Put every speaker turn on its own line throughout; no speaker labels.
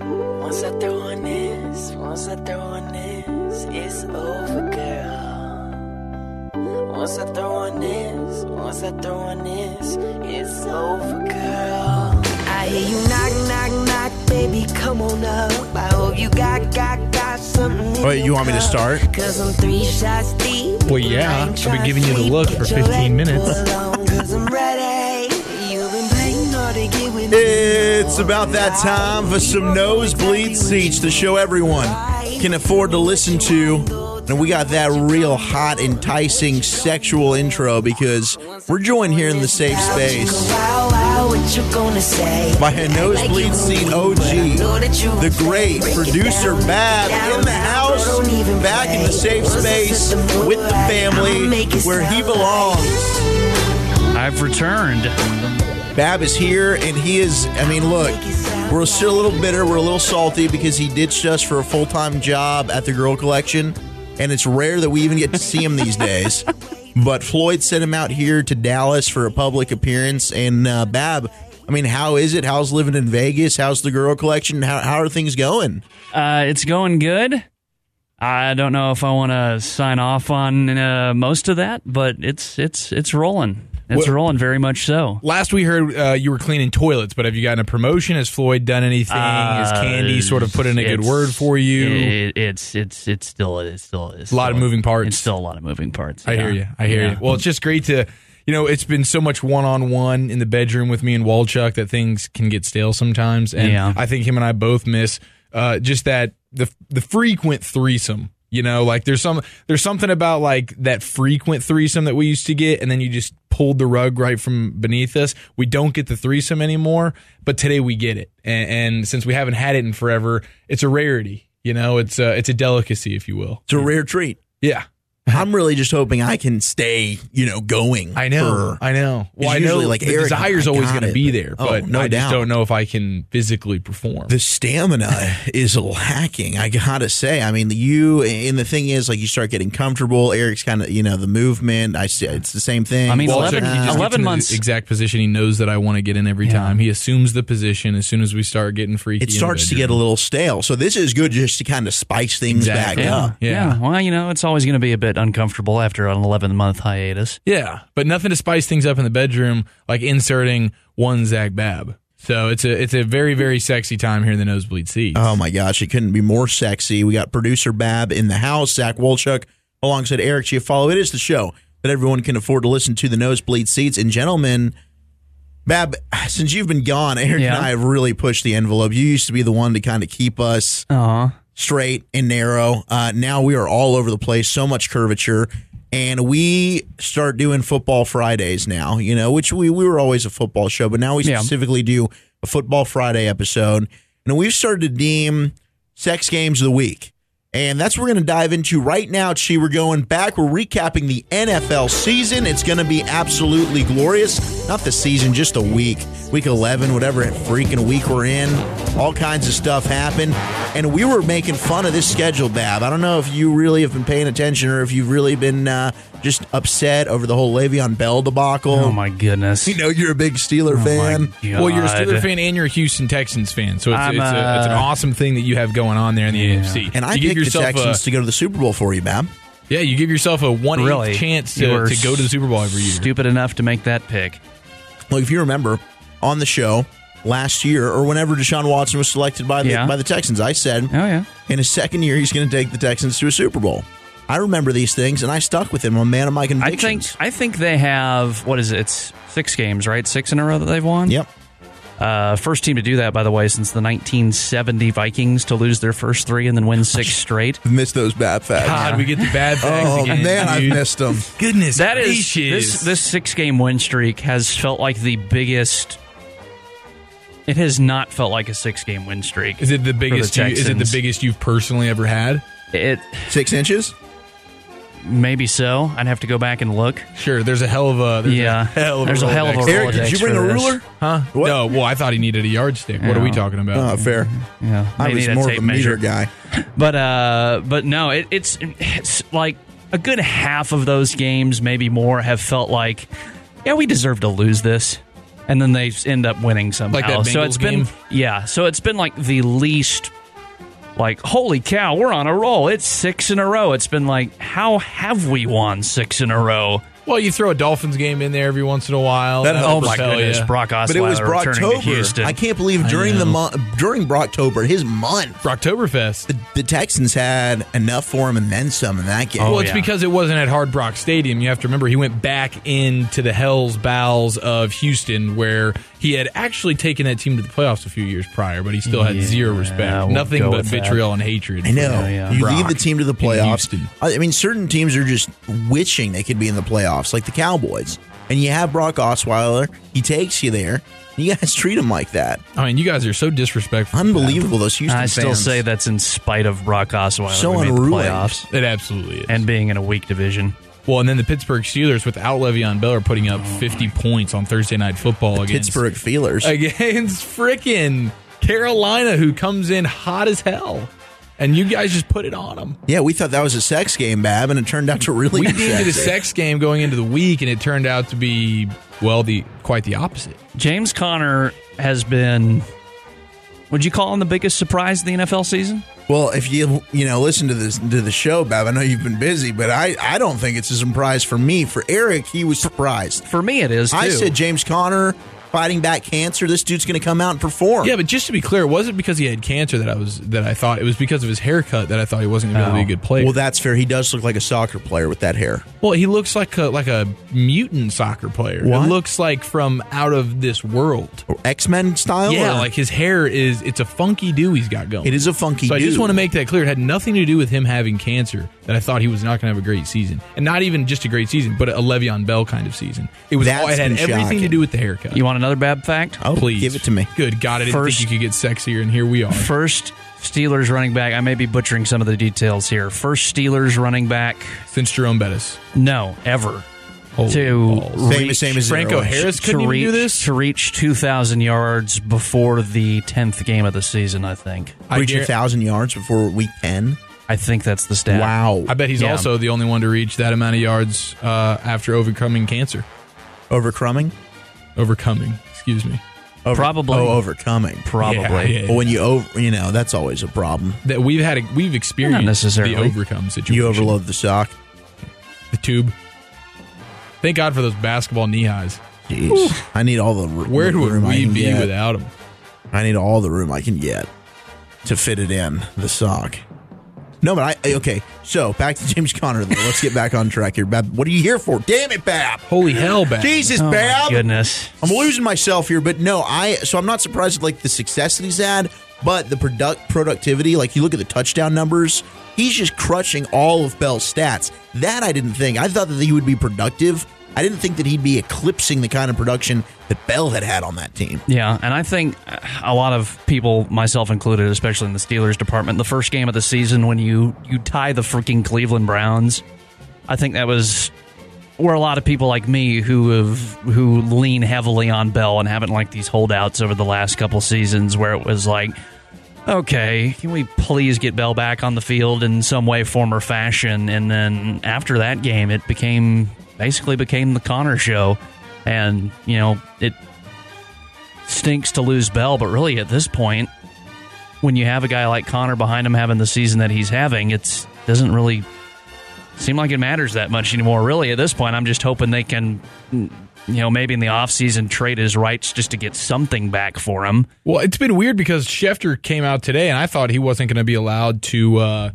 Once I throw on this, once I throw on this, it's over, girl. Once I throw on this, once I throw on this, it's over, girl. I hear you knock, knock, knock, baby, come on up. I hope you got, got, got something. in
Oh, you
your
want me to
cup.
start?
Cause I'm three shots deep.
Well, yeah. I've been giving you the look for 15 minutes.
It's about that time for some nosebleed seats, the show everyone can afford to listen to. And we got that real hot, enticing sexual intro because we're joined here in the safe space
Wow, wow, what you gonna say?
by a nosebleed seat OG. The great producer Bab in the house, back in the safe space with the family where he belongs.
I've returned.
Bab is here, and he is. I mean, look, we're still a little bitter. We're a little salty because he ditched us for a full time job at the Girl Collection, and it's rare that we even get to see him these days. But Floyd sent him out here to Dallas for a public appearance, and uh, Bab. I mean, how is it? How's living in Vegas? How's the girl collection? How, how are things going?
Uh, it's going good. I don't know if I want to sign off on uh, most of that, but it's it's it's rolling. It's
Well-
rolling very much so.
Last we heard, uh, you were cleaning toilets, but have you gotten a promotion? Has Floyd done anything? Has Candy sort of put in a good
Uh, it's-
word for you?
It, Uh, it's it's it's still it's still it's
A lot of
still-
moving parts.
It's still a lot of moving parts.
I
yeah.
hear you. I hear
Yeah.
you. Well, it's just great to, you know, it's been so much one on one in the bedroom with me and Walchuk that things can get stale sometimes. And
Yeah.
I think him and I both miss uh, just that the the frequent threesome. You know, like there's some there's something about like that frequent threesome that we used to get, and then you just pulled the rug right from beneath us. We don't get the threesome anymore, but today we get it, and, and since we haven't had it in forever, it's a rarity. You know, it's a, it's a delicacy, if you will.
It's a rare treat.
Yeah.
I'm really just hoping I can stay, you know, going.
I know.
for-
I know. Well, I know
usually like
the
arrogant,
desire's
I
always
got
going to
it,
be
but-
there,
oh,
but
no
I
doubt.
just don't know if I can physically perform.
the stamina is lacking. I gotta say. I mean, you and the thing is, like, you start getting comfortable. Eric's kind of, you know, the movement. I see it's the same thing.
I mean,
Well,
11
check, he just gets
11
in the
months-
exact position he knows that I want to get in every time. He assumes the position as soon as we start getting freaky.
it starts to get a little stale. So this is good just to kind of spice things back
Exactly.
Yeah.
up.
Yeah.
Well, you know, it's always going to be a bit uncomfortable after an 11 month hiatus.
yeah, but nothing to spice things up in the bedroom like inserting one Zach Bab. So it's a it's a very very sexy time here in the nosebleed seats.
Oh my gosh, it couldn't be more sexy. We got producer Bab in the house, Zach Wolchuk, alongside Eric Chiafalo. It is the show that everyone can afford to listen to. The nosebleed seats and gentlemen. Bab, since you've been gone, Eric
Yeah.
and I have really pushed the envelope. You used to be the one to kind of keep us
Aw.
straight and narrow. Uh, now we are all over the place, so much curvature. And we start doing football Fridays now, you know, which we, we were always a football show, but now we
Yeah.
specifically do a football Friday episode. And we've started to deem sex games of the week. And that's what we're going to dive into right now, Chi. We're going back. We're recapping the NFL season. It's going to be absolutely glorious. Not the season, just the week. Week 11, whatever freaking week we're in. All kinds of stuff happened. And we were making fun of this schedule, Bab. I don't know if you really have been paying attention or if you've really been uh, just upset over the whole Le'Veon Bell debacle.
Oh, my goodness.
You know, you're a big Steeler
Oh, my
fan.
Well, you're a Steeler
God.
fan and you're a Houston Texans fan, so it's,
I'm,
it's, a, it's an
uh,
awesome thing that you have going on there in the AFC.
And I
you give
picked the
yourself a-
Texans to go to the Super Bowl for you, Bab.
Yeah, you give yourself a one
Really?
chance
You
to,
were
to go to the Super Bowl every year.
Stupid enough to make that pick.
Well, if you remember on the show last year or whenever Deshaun Watson was selected by the
Yeah.
by the Texans, I said
Oh, yeah.
in his second year he's going to take the Texans to a Super Bowl. I remember these things, and I stuck with him. I'm a man of my
I think
convictions.
I think they have what is it? It's six games, right? Six in a row that they've won.
Yep.
Uh, first team to do that, by the way, since the 1970 Vikings to lose their first three and then win six straight.
Missed those bad facts.
God, we get the bad facts
oh
again.
man, I've
dude.
missed them.
Goodness
That is
gracious.
this this six game win streak has felt like the biggest. It has not felt like a six game win streak.
is it the biggest? you, is it the
Texans.
biggest you've personally ever had?
It
Six inches.
maybe so. I'd have to go back and look.
Sure, there's a hell of a there's
Yeah.
a hell of
There's a hell of a
Rolodex.
Rolodex.
Eric, did you
for
bring a
this.
ruler?
huh?
What?
No, well, I thought he needed a yardstick. What are we
Yeah.
talking about?
Oh, fair.
Yeah,
I
Mm-hmm.
was
they need a
more of
tape
a meter
measure.
guy.
But uh, but no, it, it's it's like a good half of those games, maybe more, have felt like, yeah, we deserve to lose this, and then they end up winning somehow.
Like that
so
Bengals
it's been
game?
yeah, so it's been like the least like holy cow, we're on a roll. It's 6 in a row. It's been like how have we won 6 in a row?
Well, you throw a Dolphins game in there every once in a while.
That
That'll
Oh my
propel
goodness,
ya.
Brock Osweiler
But it was
returning to
Brocktober.
Houston.
I can't believe during the month, during Brocktober, his month,
Brocktoberfest.
the, the Texans had enough for him and then some in that game.
Oh,
well, it's
yeah.
because it wasn't at Hard Rock Stadium. You have to remember he went back into the hell's bowels of Houston, where he had actually taken that team to the playoffs a few years prior, but he still had zero respect,
I won't
nothing
go
but
with that.
vitriol and hatred.
I know.
Yeah, yeah.
You
Brock
leave the team to the
in
playoffs.
Houston.
I I mean, certain teams are just wishing they could be in the playoffs, like the Cowboys. And you have Brock Osweiler. He takes you there. You guys treat him like that.
I mean, you guys are so disrespectful.
Unbelievable, those Houston
I still
fans.
say that's in spite of Brock Osweiler
So
we made the
unruly.
playoffs
It absolutely is.
and being in a weak division.
well, and then the Pittsburgh Steelers without Le'Veon Bell are putting up
Oh,
50 points on Thursday Night Football against
Pittsburgh feelers.
against frickin' Carolina, who comes in hot as hell, and you guys just put it on them.
yeah, we thought that was a sex game, Bab, and it turned out to really
We
be
deemed it a
sexy.
sex game going into the week, and it turned out to be well, the quite the opposite.
James Conner has been. Would you call him the biggest surprise of the NFL season?
Well, if you you know listen to this to the show, Bab, I know you've been busy, but I I don't think it's a surprise for me. For Eric, he was surprised.
For me, it is. Too.
I said James Conner fighting back cancer. This dude's going to come out and perform.
Yeah, but just to be clear, it wasn't because he had cancer that I was that I thought it was because of his haircut that I thought he wasn't going to be a good player.
Oh. Well,
Well,
that's fair. He does look like a soccer player with that hair.
he looks like a like a mutant soccer player.
What?
It looks like from out of this world.
X Men style?
Yeah,
or-
like his hair is it's a funky do he's got going.
it is a funky
So I
dude.
just want to make that clear. It had nothing to do with him having cancer that I thought he was not going to have a great season, and not even just a great season, but a Le'Veon Bell kind of season. It was all,
That's
it had
been
everything
shocking.
to do with the haircut.
You want another bad fact?
Oh,
Please
Give it to me.
Good God, I didn't
First-
think you could get sexier, and here we are.
First Steelers running back. I may be butchering some of the details here. First Steelers running back.
Since Jerome Bettis,
No, ever.
Holy
To
balls.
Same
reach-
as same as
Franco
Zero.
Harris couldn't
to
even
reach,
do this.
To reach 2,000 yards before the 10th game of the season, I think.
I
Reach a
guar-
thousand yards before week ten.
I think that's the stat.
Wow.
I bet he's
Yeah.
also the only one to reach that amount of yards uh, after overcoming cancer.
overcoming.
Overcoming, excuse me.
Over-
Probably.
Oh, overcoming.
Probably.
Yeah, yeah.
Well, when you over, you know that's always a problem.
That we've had, a, we've experienced
necessarily.
the overcome situation.
You overload the sock.
the tube. Thank God for those basketball knee highs.
Jeez. I need all the r-
Where would
room I
we
can
be
get.
without him?
I need all the room I can get to fit it in the sock. No, but I okay. So back to James Conner. Though. Let's get back on track here, Bab. What are you here for? Damn it, Bab!
Holy hell, Bab.
Jesus,
Oh, my
Bab!
goodness.
I'm losing myself here, but no, I. So I'm not surprised at like the success that he's had, but the product productivity. Like you look at the touchdown numbers, he's just crushing all of Bell's stats. That I didn't think. I thought that he would be productive. I didn't think that he'd be eclipsing the kind of production that Bell had had on that team.
Yeah, and I think uh, a lot of people, myself included, especially in the Steelers department, the first game of the season when you you tie the freaking Cleveland Browns, I think that was where a lot of people like me who have who lean heavily on Bell and haven't liked these holdouts over the last couple seasons, where it was like, okay, can we please get Bell back on the field in some way, form, or fashion? And then after that game, it became basically became the Connor show, and you know it stinks to lose Bell, but really at this point, when you have a guy like Connor behind him having the season that he's having, it's doesn't really seem like it matters that much anymore. Really, at this point, I'm just hoping they can, you know, maybe in the offseason trade his rights just to get something back for him.
Well, it's been weird because Schefter came out today, and I thought he wasn't going to be allowed to uh,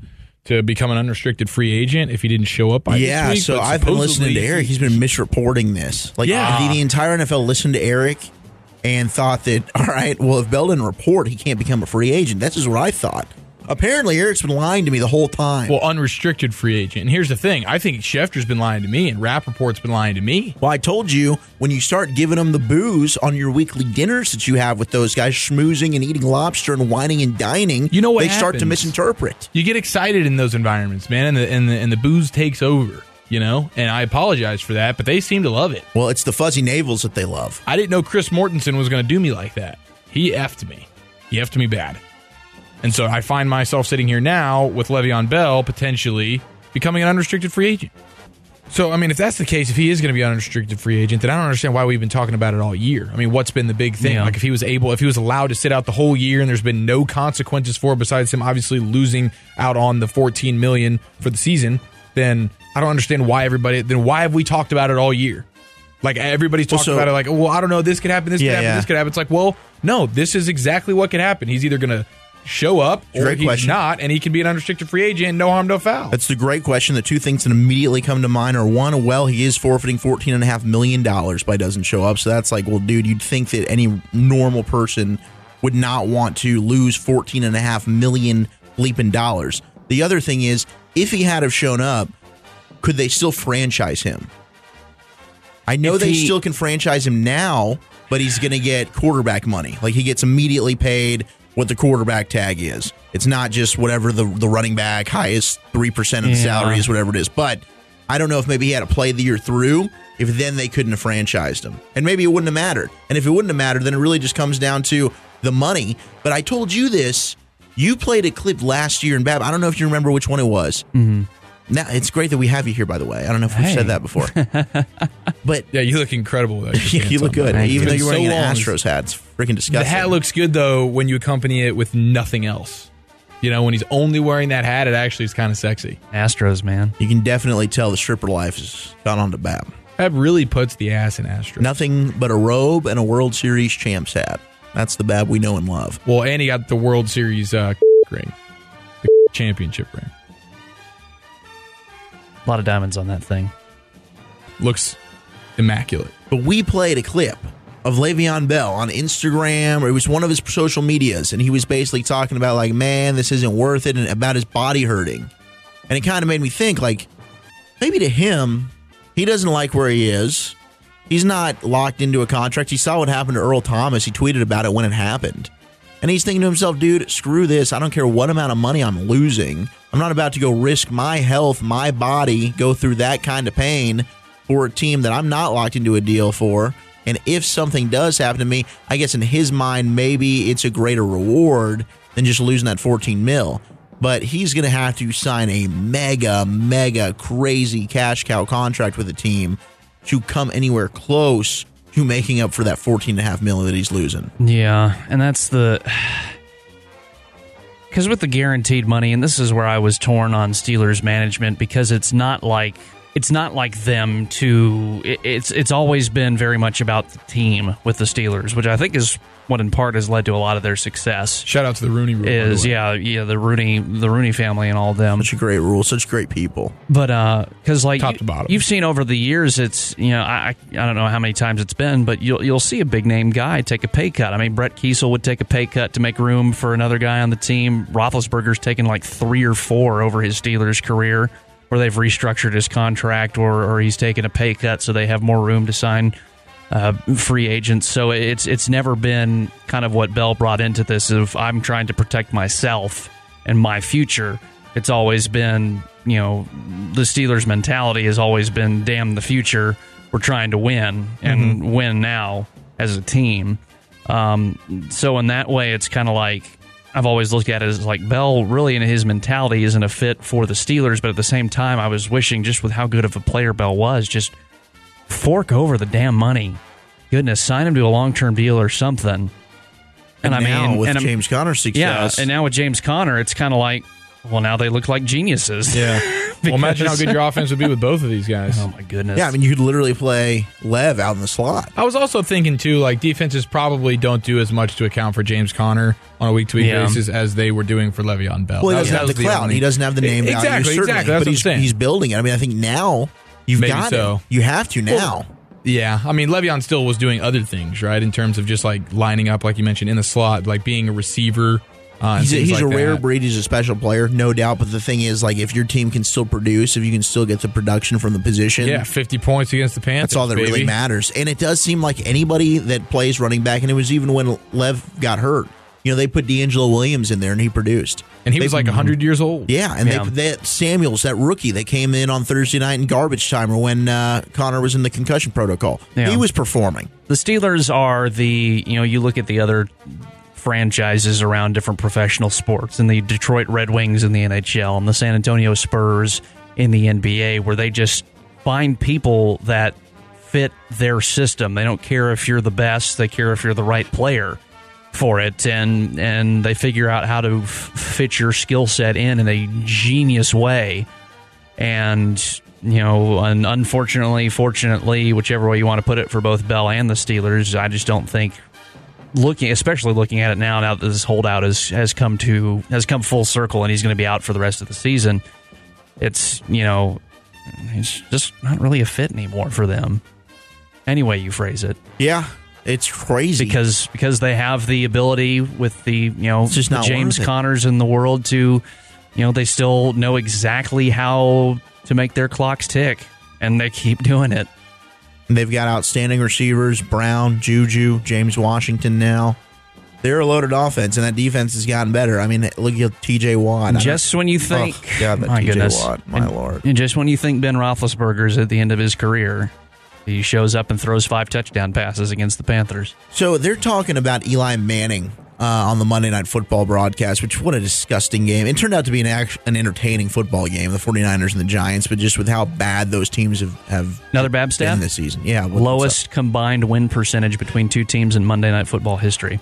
to become an unrestricted free agent if he didn't show up. By
Yeah,
this week,
so
but
I've been listening to
supposedly-
Eric. He's been misreporting this. Like
Yeah.
the, the entire NFL listened to Eric and thought that, all right, well, if Bell didn't report, he can't become a free agent. That's just what I thought. Apparently, Eric's been lying to me the whole time.
Well, unrestricted free agent. And here's the thing: I think Schefter's been lying to me, and Rappaport's been lying to me.
Well, I told you when you start giving them the booze on your weekly dinners that you have with those guys, schmoozing and eating lobster and whining and dining,
You know what
they start to
happens.
misinterpret.
You get excited in those environments, man, and the and the, and the booze takes over. You know, and I apologize for that, but they seem to love it.
Well, it's the fuzzy navels that they love.
I didn't know Chris Mortensen was going to do me like that. He effed me. He effed me bad. And so I find myself sitting here now with Le'Veon Bell potentially becoming an unrestricted free agent. So, I mean, if that's the case, if he is going to be unrestricted free agent, then I don't understand why we've been talking about it all year. I mean, what's been the big thing?
Yeah.
Like, if he was able, if he was allowed to sit out the whole year, and there's been no consequences for it besides him obviously losing out on the 14 million for the season, then I don't understand why everybody. Then why have we talked about it all year? Like everybody's talking
so-
about it. Like, well, I don't know. This could happen. This
Yeah,
could happen.
yeah.
This could happen. It's like, well, no. This is exactly what could happen. He's either going to show up or
Great
he's
question.
not, and he can be an unrestricted free agent. No harm, no foul.
That's the great question. The two things that immediately come to mind are one, well, he is forfeiting $14.5 million by doesn't show up. So that's like, well, dude, you'd think that any normal person would not want to lose $14.5 million bleeping dollars. The other thing is, if he had have shown up, could they still franchise him? I know
If
they
he-
still can franchise him now, but he's going to get quarterback money. Like he gets immediately paid what the quarterback tag is. It's not just whatever the the running back highest three percent of the
Yeah.
salary is, whatever it is. But I don't know if maybe he had to play the year through. If then they couldn't have franchised him, and maybe it wouldn't have mattered. And if it wouldn't have mattered, then it really just comes down to the money. But I told you this. You played a clip last year in Bab. I don't know if you remember which one it was. Now it's great that we have you here, by the way. I don't know if we've
Hey.
said that before, but
Yeah, you look incredible. Though,
yeah, you look good,
Thank
even
you.
though you're
So
wearing an
long.
Astros hat. It's freaking disgusting.
The hat looks good though when you accompany it with nothing else. You know, when he's only wearing that hat, it actually is kind of sexy.
Astros, man.
You can definitely tell the stripper life has gone on to bat.
That really puts the ass in Astro.
Nothing but a robe and a World Series champs hat. That's the Bab we know and love.
Well, and he got the World Series uh, ring, the championship ring.
A lot of diamonds on that thing.
Looks immaculate.
But we played a clip of Le'Veon Bell on Instagram, or it was one of his social medias, and he was basically talking about like, man, this isn't worth it, and about his body hurting. And it kind of made me think like, maybe to him, he doesn't like where he is. He's not locked into a contract. He saw what happened to Earl Thomas. He tweeted about it when it happened. And he's thinking to himself, dude, screw this. I don't care what amount of money I'm losing. I'm not about to go risk my health, my body, go through that kind of pain for a team that I'm not locked into a deal for. And if something does happen to me, I guess in his mind, maybe it's a greater reward than just losing that 14 mil. But he's going to have to sign a mega, mega crazy cash cow contract with a team to come anywhere close to making up for that 14.5 mil that he's losing.
Yeah, and that's the because with the guaranteed money, and this is where I was torn on Steelers management because it's not like it's not like them to it- it's it's always been very much about the team with the Steelers, which I think is what in part has led to a lot of their success.
Shout out to the Rooney Rule. by the
Is
way.
yeah yeah the Rooney the Rooney family and all them.
Such a great rule, such great people.
But uh, because like
Top
you,
to bottom.
have seen over the years, it's you know I I I don't know how many times it's been, but you'll you'll see a big name guy take a pay cut. I mean, Brett Kiesel would take a pay cut to make room for another guy on the team. Roethlisberger's taken like three or four over his Steelers career, where they've restructured his contract or or he's taken a pay cut so they have more room to sign uh, free agents. So it's it's never been kind of what Bell brought into this of I'm trying to protect myself and my future. It's always been you know the Steelers mentality has always been damn the future. We're trying to win and win now as a team. Um, so in that way, it's kind of like I've always looked at it as like Bell really in his mentality isn't a fit for the Steelers, but at the same time, I was wishing just with how good of a player Bell was, just fork over the damn money. Goodness, sign him to a long term deal or something. And, I
now
mean,
with
and I'm-
James Conner's
yeah,
success,
and now with James Conner, it's kind of like, well, now they look like geniuses.
yeah. well, imagine how good your offense would be with both of these guys.
Oh my goodness.
yeah, I mean, you could literally play Lev out in the slot.
I was also thinking too, like defenses probably don't do as much to account for James Conner on a week to week
Yeah.
basis as they were doing for Le'Veon Bell.
Well, he
That
doesn't
was- that
have the
was
clout.
only-
He doesn't have the name
exactly,
value, certainly.
Exactly, that's
but
what
he's,
I'm saying.
he's building it. I mean, I think now you've
Maybe
got
so.
it. You have to now.
Yeah, I mean Le'Veon still was doing other things, right? In terms of just like lining up, like you mentioned, in the slot, like being a receiver. Uh, and
He's a,
things
he's
like
a rare
that.
breed. He's a special player, no doubt. But the thing is, like, if your team can still produce, if you can still get the production from the position,
Yeah, fifty points against the Panthers.
that's all that really
baby.
matters. And it does seem like anybody that plays running back, and it was even when Lev got hurt, you know, they put D'Angelo Williams in there and he produced.
And he was like hundred years old.
Yeah, and
Yeah.
They, that Samuels, that rookie that came in on Thursday night in garbage time, or when uh, Connor was in the concussion protocol,
Yeah.
he was performing.
the Steelers are the, you know, you look at the other franchises around different professional sports and the Detroit Red Wings in the NHL and the San Antonio Spurs in the NBA where they just find people that fit their system. They don't care if you're the best; they care if you're the right player for it, and and they figure out how to f- fit your skill set in in a genius way. And you know, and unfortunately, fortunately, whichever way you want to put it, for both Bell and the Steelers, I just don't think looking, especially looking at it now, now that this holdout has has come to has come full circle, and he's going to be out for the rest of the season. It's you know, it's just not really a fit anymore for them. Any way you phrase it,
Yeah, it's crazy.
because because they have the ability with the you know
just
the
not
James
worth it.
Connors in the world to, you know, they still know exactly how to make their clocks tick, and they keep doing it.
They've got outstanding receivers Brown, Juju, James Washington now. They're a loaded offense, and that defense has gotten better. I mean, look at TJ Watt. I don't-
Just when you think,
Oh, God, that
my
TJ
goodness,
Watt, my
and,
lord.
and just when you think Ben Roethlisberger's at the end of his career, he shows up and throws five touchdown passes against the Panthers.
So they're talking about Eli Manning uh, on the Monday Night Football broadcast, which what a disgusting game. It turned out to be an act- an entertaining football game, the 49ers and the Giants, but just with how bad those teams have, have
Another Bab stat?
been this season. Yeah. what's
Lowest combined win percentage between two teams in Monday Night Football history.
up?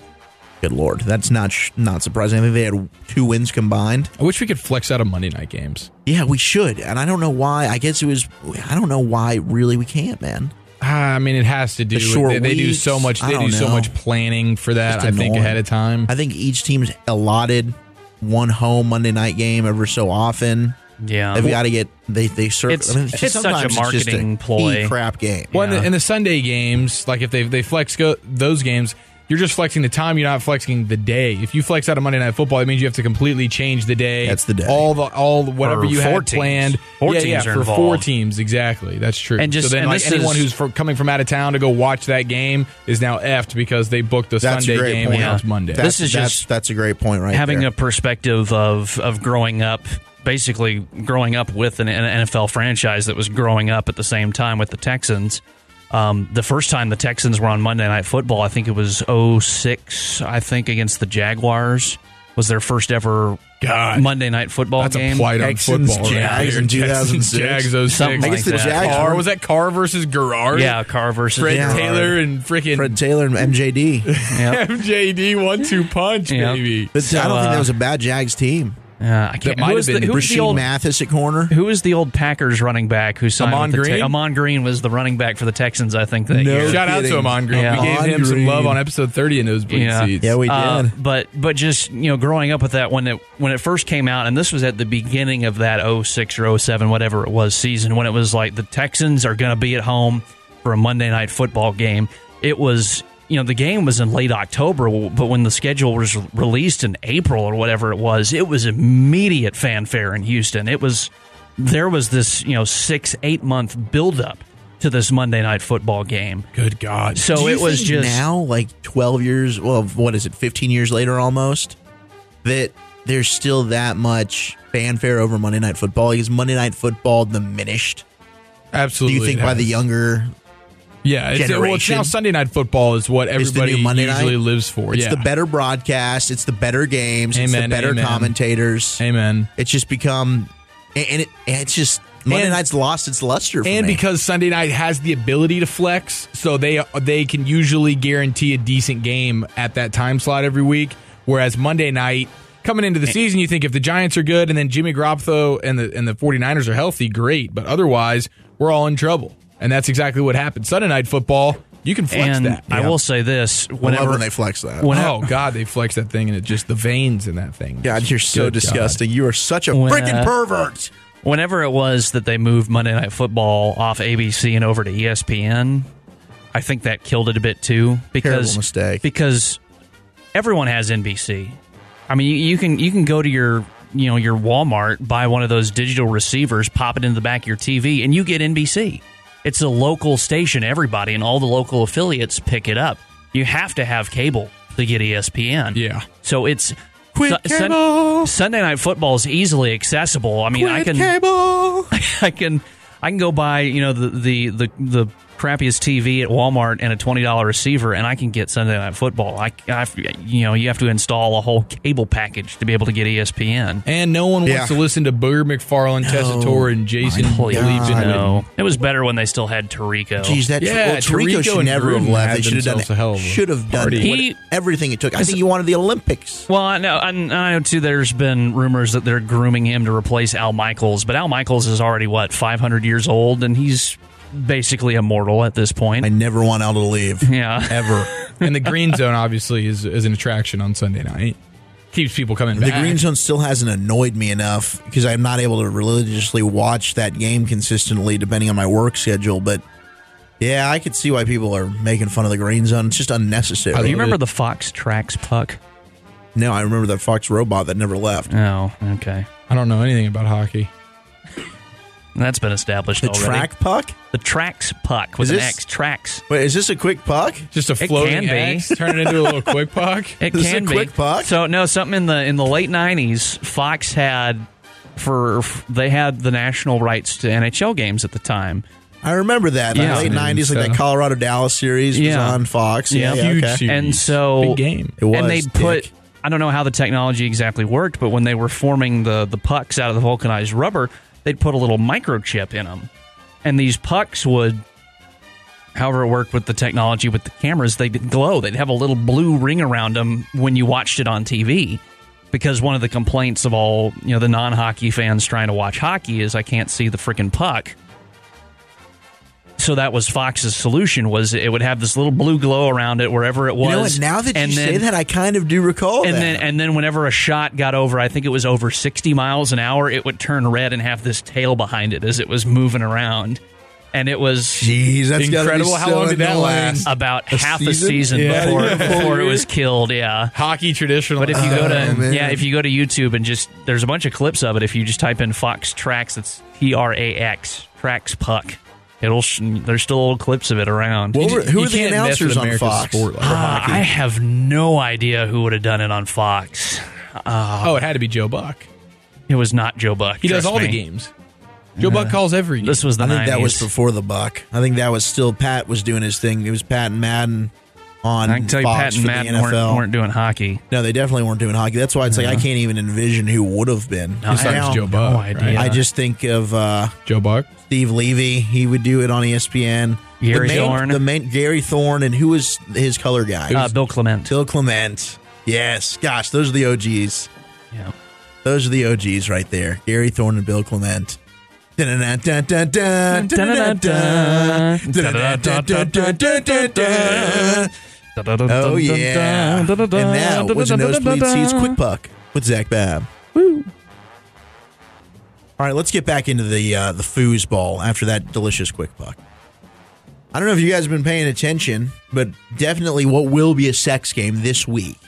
Good Lord. That's not sh- not surprising. I think they had two wins combined.
I wish we could flex out of Monday night games.
Yeah, we should. And I don't know why. I guess it was, I don't know why really we can't, man.
Ah, I mean, it has to do.
The short
they, they do
weeks,
so much.
I
They do
don't
so
know.
much planning for that.
Just
I think
annoying.
ahead of time.
I think each team's allotted one home Monday night game ever so often.
Yeah.
They've got to get they they serve.
Uh-huh. It's- it's such a
sometimes it's just
marketing ploy.
pea crap game.
Well, in,
Yeah.
the, in the Sunday games, like if they they flex go, those games, you're just flexing the time. You're not flexing the day. If you flex out of Monday Night Football, it means you have to completely change the day.
That's the day.
All the all the, whatever
For
you
four
had
teams.
planned.
Four
yeah,
teams
yeah,
are
for four
involved.
teams exactly. That's true.
And just-
so then
and
like
this
anyone
is-
who's for, coming from out of town to go watch that game is now effed because they booked the
That's a
Sunday
great
game
point.
when
Yeah.
it's Monday.
That's,
This is
that's,
just
that's a great point right
having
there.
a perspective of of growing up basically growing up with an, an NFL franchise that was growing up at the same time with the Texans. Um, the first time the Texans were on Monday Night Football, I think it was 06, I think against the Jaguars was their first ever
God.
Monday Night Football
That's
game.
a plight on
Texans,
football.
Jags
right
in
there. Texans,
2006.
Jags 06.
Something
I guess
like
the
that.
Jags
Carr was that Carr versus Garrard?
yeah, Carr versus
Fred
Yeah.
Taylor and freaking
Fred Taylor and MJD.
Yep.
MJD one two punch,
Yeah.
baby.
But I don't
So,
think
uh,
that was a bad Jags team.
Yeah, I can't.
might
Who was
have
the,
been
who was the
Rasheed
old
Mathis at corner.
who was the old Packers running back who signed
Amon
with the Te-
Green?
Amon Green was the running back for the Texans, I think that
No
year.
Shout out
kidding.
to Amon Green.
Yeah.
We gave him
Amon
some
Green.
love on episode thirty in those bleed
Yeah.
seats.
Yeah, we did.
Uh, but but just you know, growing up with that when it when it first came out, and this was at the beginning of that 06 or 07, whatever it was season, when it was like the Texans are going to be at home for a Monday night football game. It was you know the game was in late October, but when the schedule was released in April or whatever it was, it was immediate fanfare in Houston. It was there was this you know six eight month buildup to this Monday night football game.
Good God.
So
Do you
it was
think
just
now, like twelve years. Well, what is it? Fifteen years later, almost. That there's still that much fanfare over Monday Night Football. Is Monday Night Football diminished? Do
Absolutely.
you think
it
by the
has.
younger?
yeah, it's, well, it's
generation?
now Sunday night football is what
It's the new
everybody
Monday night?
usually lives for.
It's
yeah.
the better broadcast. It's the better games. it's the
Amen,
better
amen.
commentators.
Amen.
It's just become, and, and it, and it's just Monday
And-
night's lost its luster. For
And
me.
because Sunday night has the ability to flex, so they they can usually guarantee a decent game at that time slot every week. Whereas Monday night, coming into the season, you think if the Giants are good and then Jimmy Garoppolo and the and the 49ers are healthy, great. But otherwise, we're all in trouble. And that's exactly what happened. Sunday night football, you can flex
and
that.
I will say this:
I love
whenever
when they flex that.
when-
oh God, they flexed that thing and it just the veins in that thing.
God, you're so
Good God.
disgusting. You are such a
When,
freaking
uh,
pervert.
whenever it was that they moved Monday Night Football off ABC and over to E ESPN, I think that killed it a bit too because
Terrible mistake.
because everyone has NBC. I mean, you, you can you can go to your you know your Walmart, buy one of those digital receivers, pop it in the back of your TV, and you get NBC. It's a local station. Everybody and all the local affiliates pick it up. You have to have cable to get E ESPN.
Yeah.
So it's
Quit
Sun-
cable.
Sunday night football is easily accessible. I mean, I
Quit
can
cable.
I can I can go buy you know the the the, the crappiest TV at Walmart and a twenty dollar receiver, and I can get Sunday Night Football. I, I- you know, you have to install a whole cable package to be able to get E ESPN.
And no one
Yeah.
wants to listen to Booger McFarland, Tessitore, and Jason
Holy
Bleepin' Witten.
no! It was better when they still had Tarico.
Geez, that
Yeah,
well, Tarico
Tirico
should
and
never have
Gruden
left.
had
They should have done
themselves a hell
that.
of a
Should have done
party.
what-
He-
everything it took. I think he wanted the Olympics.
Well, I know, I, I know too. There's been rumors that they're grooming him to replace Al Michaels, but Al Michaels is already what 500 years old, and he's basically immortal at this point.
I never want Al to leave.
yeah,
Ever. and the Green Zone, obviously, is, is an attraction on Sunday night. Keeps people coming
The
back.
Green Zone still hasn't annoyed me enough because I'm not able to religiously watch that game consistently, depending on my work schedule. But yeah, I could see why people are making fun of the Green Zone. It's just unnecessary.
do you remember the Fox Tracks puck?
No, I remember that Fox robot that never left.
Oh, okay,
I don't know anything about hockey.
that's been established
The
already.
track puck?
the tracks puck with
Is
an
this-
X tracks.
Wait, is this a quick puck?
Just a
can
floating
be.
axe, turn it into a little quick puck.
It
Is this
can
a
be.
quick puck?
So no, something in the in the late '90s, Fox had for f- they had the national rights to NHL games at the time.
I remember that.
Yeah. uh,
the late nineties, like that
Yeah.
Colorado Dallas series was
Yeah.
on Fox. Yeah,
Yeah.
yeah,
Huge
okay.
series.
And so-
Big game.
It was
and they put
Dick.
I don't know how the technology exactly worked, but when they were forming the the pucks out of the vulcanized rubber, they'd put a little microchip in them, and these pucks would. However, it worked with the technology with the cameras, they'd glow. They'd have a little blue ring around them when you watched it on TV. Because one of the complaints of all you know the non hockey fans trying to watch hockey is I can't see the freaking puck. So that was Fox's solution was it would have this little blue glow around it wherever it was.
You know what? Now that you
and then,
say that, I kind of do recall
and
that.
then and then whenever a shot got over, I think it was over 60 miles an hour, it would turn red and have this tail behind it as it was moving around. And it was
Jeez, that's gotta be
Incredible. How
so
long did that
annoying.
last?
about half a
season?
season
Yeah,
before
yeah.
before it was killed, yeah.
Hockey uh, traditional.
But if you go to
Oh, man.
yeah, if you go to YouTube and just there's a bunch of clips of it. If you just type in Fox Tracks, it's T R A X Tracks Puck. It'll sh- there's still old clips of it around.
What were- who
You
are the
can't mess with
announcers on
America's
Fox?
sport like-
Ah, I have no idea who would have done it on Fox.
oh, it had to be Joe Buck.
It was not Joe Buck.
He does
trust
all
me.
the games. Joe Buck calls every game.
This was the
I think
90s.
that was before the buck. I think that was still Pat was doing his thing. It was Pat and Madden on
I can tell you,
Fox
Pat and
for
Madden
the NFL.
weren't, weren't doing hockey.
no, they definitely weren't doing hockey. That's why it's like I can't even envision who would have been.
No,
Besides
I have
Joe
no
Buck. right?
idea.
I just think of uh,
Joe Buck.
Steve Levy. He would do it on E ESPN.
Gary
the main,
Thorne.
the main Gary Thorne, and who was his color guy?
Uh, Bill Clement.
Till Clement. Yes, gosh, those are the OGs.
Yeah.
Those are the OGs right there. Gary Thorne and Bill Clement. Dun-dun-dun-dun-dun, dun-dun-dun-dun, dun-dun-dun-dun-dun-dun-dun. Oh yeah! And now was a nosebleed seats quick puck with Zach Babb. Woo! All right, let's get back into the uh, the foosball after that delicious quick puck. I don't know if you guys have been paying attention, but definitely what will be a sex game this week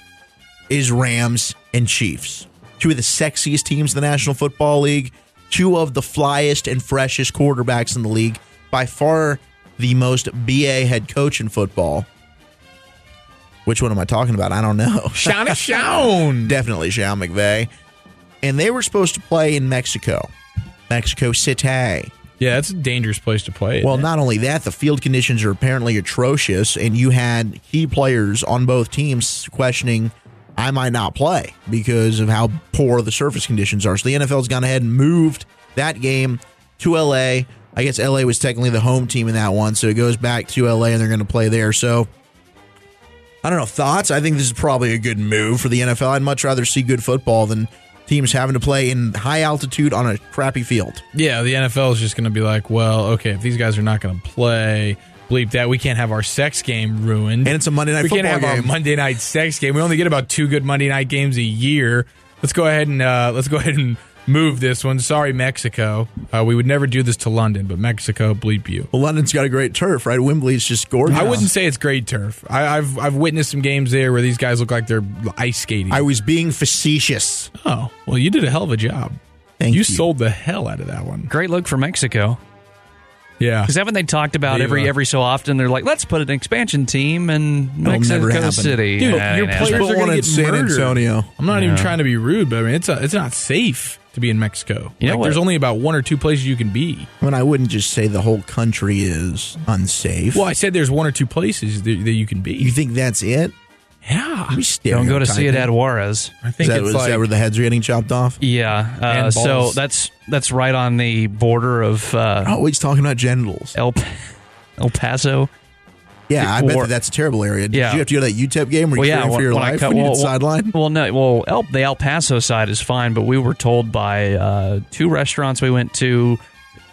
is Rams and Chiefs. Two of the sexiest teams in the National Football League, two of the flyest and freshest quarterbacks in the league, by far the most BA head coach in football. Which one am I talking about? I don't know.
Shauna Shawn.
Definitely Sean McVay. And they were supposed to play in Mexico, Mexico City.
Yeah, that's a dangerous place to play.
Well, not only that, the field conditions are apparently atrocious, and you had key players on both teams questioning, I might not play because of how poor the surface conditions are. So the NFL's gone ahead and moved that game to LA. I guess LA was technically the home team in that one, so it goes back to LA and they're going to play there. So I don't know. Thoughts? I think this is probably a good move for the NFL. I'd much rather see good football than teams having to play in high altitude on a crappy field.
yeah, the NFL is just going to be like, well, okay, if these guys are not going to play, bleep that. We can't have our sex game ruined.
And it's a Monday night
we
football
can't have
game.
our Monday night sex game. We only get about two good Monday night games a year. Let's go ahead and uh, let's go ahead and move this one. Sorry, Mexico. Uh, we would never do this to London, but Mexico, bleep you.
Well, London's got a great turf, right? Wembley's just gorgeous.
I wouldn't say it's great turf. I, I've I've witnessed some games there where these guys look like they're ice skating.
I was being facetious.
oh well, you did a hell of a job.
Thank you.
sold the hell out of that one.
Great look for Mexico.
Yeah.
Because haven't they talked about every
Viva.
every so often? They're like, let's put an expansion team in
never
Mexico
happen.
City.
Dude,
Yeah,
your
I know.
players
Put
are
one
going to
in
get
San
murdered.
Antonio.
I'm not even trying to be rude, but I mean, it's it's not safe to be in Mexico.
You know
like,
what?
there's only about one or two places you can be.
I mean, I wouldn't just say the whole country is unsafe.
Well, I said there's one or two places that, that you can be.
You think that's it?
yeah,
We
Don't go to Ciudad Juarez.
I
Is
think
that,
it's
is
like
that where the heads are getting chopped off?
Yeah. Uh,
And
so
balls.
that's that's right on the border of uh,
Always talking about genitals.
El El Paso.
Yeah, I
Or-
bet that that's a terrible area. Did
Yeah.
you have to go to that UTEP game where
Well,
you're
yeah.
fearing for
when-
your
when I
life
cut-
when you
well,
hit the
well-
sideline?
Well, no. Well, El, the El Paso side is fine, but we were told by uh, two restaurants we went to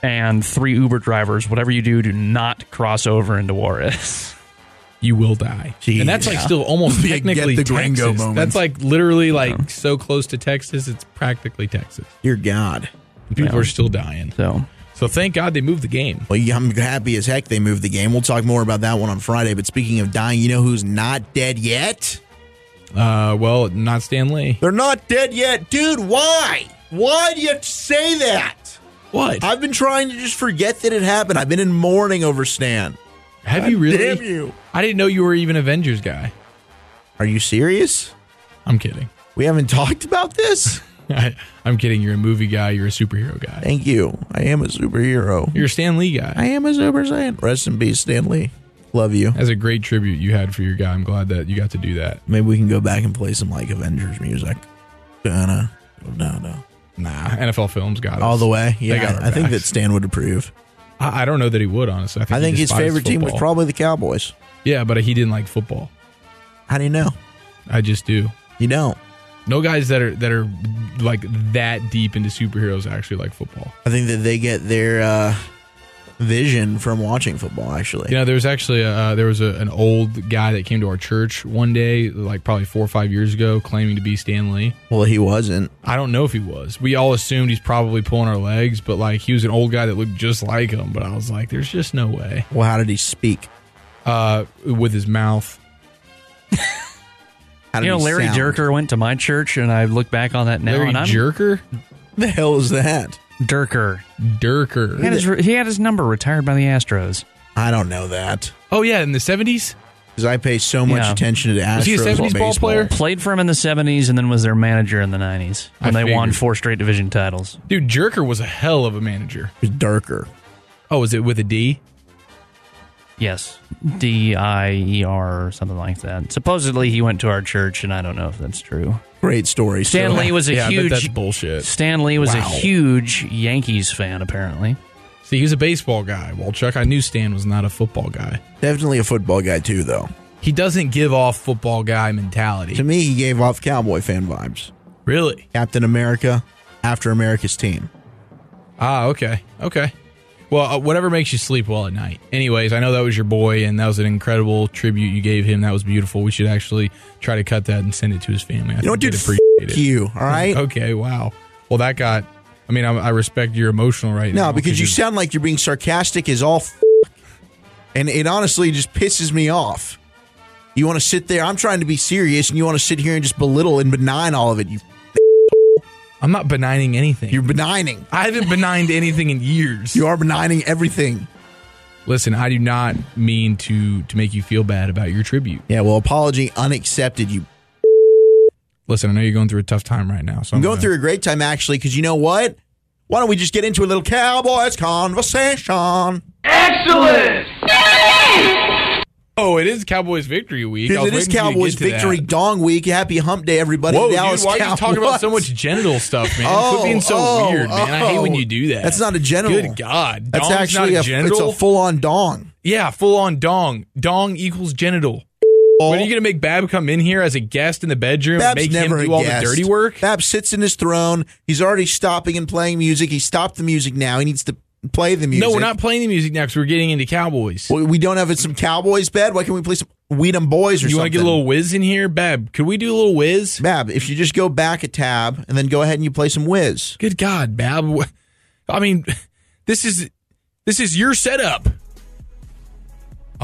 and three Uber drivers, whatever you do, do not cross over into Juarez.
you will die,
Jeez.
and that's like
Yeah.
still almost
Big get
technically
the gringo
Texas.
moments.
That's like literally like so close to Texas, it's practically Texas.
Dear God.
And people
Yeah.
are still dying.
So
So thank God they moved the game.
Well, yeah, I'm happy as heck they moved the game. We'll talk more about that one on Friday. But speaking of dying, you know who's not dead yet?
Uh, well, not Stanley.
They're not dead yet. Dude, why? Why do you have to say that?
What
I've been trying to just forget that it happened. I've been in mourning over Stan.
have you really?
Damn you.
I didn't know you were even Avengers guy.
Are you serious?
I'm kidding.
We haven't talked about this?
I, I'm kidding. You're a movie guy. You're a superhero guy.
Thank you. I am a superhero.
You're a Stan Lee guy.
I am a Super Saiyan. Rest in peace, Stan Lee. Love you.
That's a great tribute you had for your guy. I'm glad that you got to do that.
Maybe we can go back and play some like Avengers music. Donna. No, no.
Nah, NFL Films got us.
All the way.
got
Yeah.
our
I think that
backs.
Stan would approve.
I, I don't know that he would. Honestly, I think,
I
he
think his
despised
favorite team was
football.
probably the Cowboys.
yeah, but he didn't like football.
How do you know?
I just do.
You don't.
No guys that are that are like that deep into superheroes actually like football.
I think that they get their uh, vision from watching football. Actually,
You know, there was actually uh, there was a, an old guy that came to our church one day, like probably four or five years ago, claiming to be Stan Lee.
well, he wasn't.
I don't know if he was. We all assumed he's probably pulling our legs, but like he was an old guy that looked just like him. But I was like, there's just no way.
Well, how did he speak?
Uh, with his mouth,
How did
you know,
he
Larry
sound?
Durker went to my church, and I look back on that now,
Larry
and I'm
Jerker,
The hell is that?
Durker.
Durker.
He had, his, he had his number retired by the Astros.
I don't know that
Oh yeah, in the seventies.
because I pay so much
Yeah.
attention to Astros
he a 70s ball
baseball.
player?
Played for him in the 70s and then was their manager in the 90s
I
when they won
figured.
four straight division titles.
Dude, Jerker was a hell of a manager.
It was Durker.
Oh, is it with a D?
Yes. D I E R or something like that. Supposedly he went to our church, and I don't know if that's true.
Great story.
Stan
So-
Lee was a
yeah, I bet that's
huge.
bullshit.
Stan Lee was a
Wow.
huge Yankees fan, apparently.
See, he was a baseball guy. Well, Chuck, I knew Stan was not a football guy.
definitely a football guy too, though.
He doesn't give off football guy
To
mentality.
me, he gave off cowboy fan vibes.
Really?
Captain America, after America's team.
Ah, okay, okay. Well, uh, whatever makes you sleep well at night. Anyways, I know that was your boy, and that was an incredible tribute you gave him. That was beautiful. We should actually try to cut that and send it to his family. I
You know what,
think
dude?
they'd
F- you. All right.
Okay, wow. Well, that got. I mean, I, I respect your emotional right now.
No, because you
you're-
sound like you're being sarcastic as all f- and it honestly just pisses me off. You want to sit there, I'm trying to be serious, and you want to sit here and just belittle and benign all of it. You,
I'm not benigning anything.
you're benigning.
I haven't benigned anything in years.
You are benigning everything.
Listen, I do not mean to to make you feel bad about your tribute.
Yeah, well, apology unaccepted. You,
Listen, I know you're going through a tough time right now, so I'm,
I'm going
gonna-
through a great time, actually, because you know what? Why don't we just get into a little Cowboys conversation?
Oh, it is Cowboys victory week. I
Because
was
it is
waiting for you to
Cowboys
get to that.
Victory Dong Week. Happy Hump Day, everybody.
Whoa, dude,
Dallas
why are you talking about so
Cowboys.
much genital stuff, man?
Oh,
Quit being so
oh,
weird, man. I hate when
oh.
you do that.
That's not a genital.
Good God,
That's
Dong's
actually
not
a, it's
genital.
a full on dong.
yeah, full on dong. Dong equals genital. When are you gonna make Bab come in here as a guest in the bedroom
Bab's
and make him
never
do
a
all
guest.
the dirty work?
Bab sits in his throne. He's already stopping and playing music. He stopped the music now. He needs to play the music.
No, we're not playing the music now because we're getting into Cowboys.
Well, We don't have it some Cowboys bed. Why can't we play some Weed 'em Boys or
You
something?
want to get a little whiz in here, Bab? Could we do a little whiz?
Bab, if you just go back a tab and then go ahead and you play some whiz.
Good God, Bab! Wha- I mean, this is this is your setup.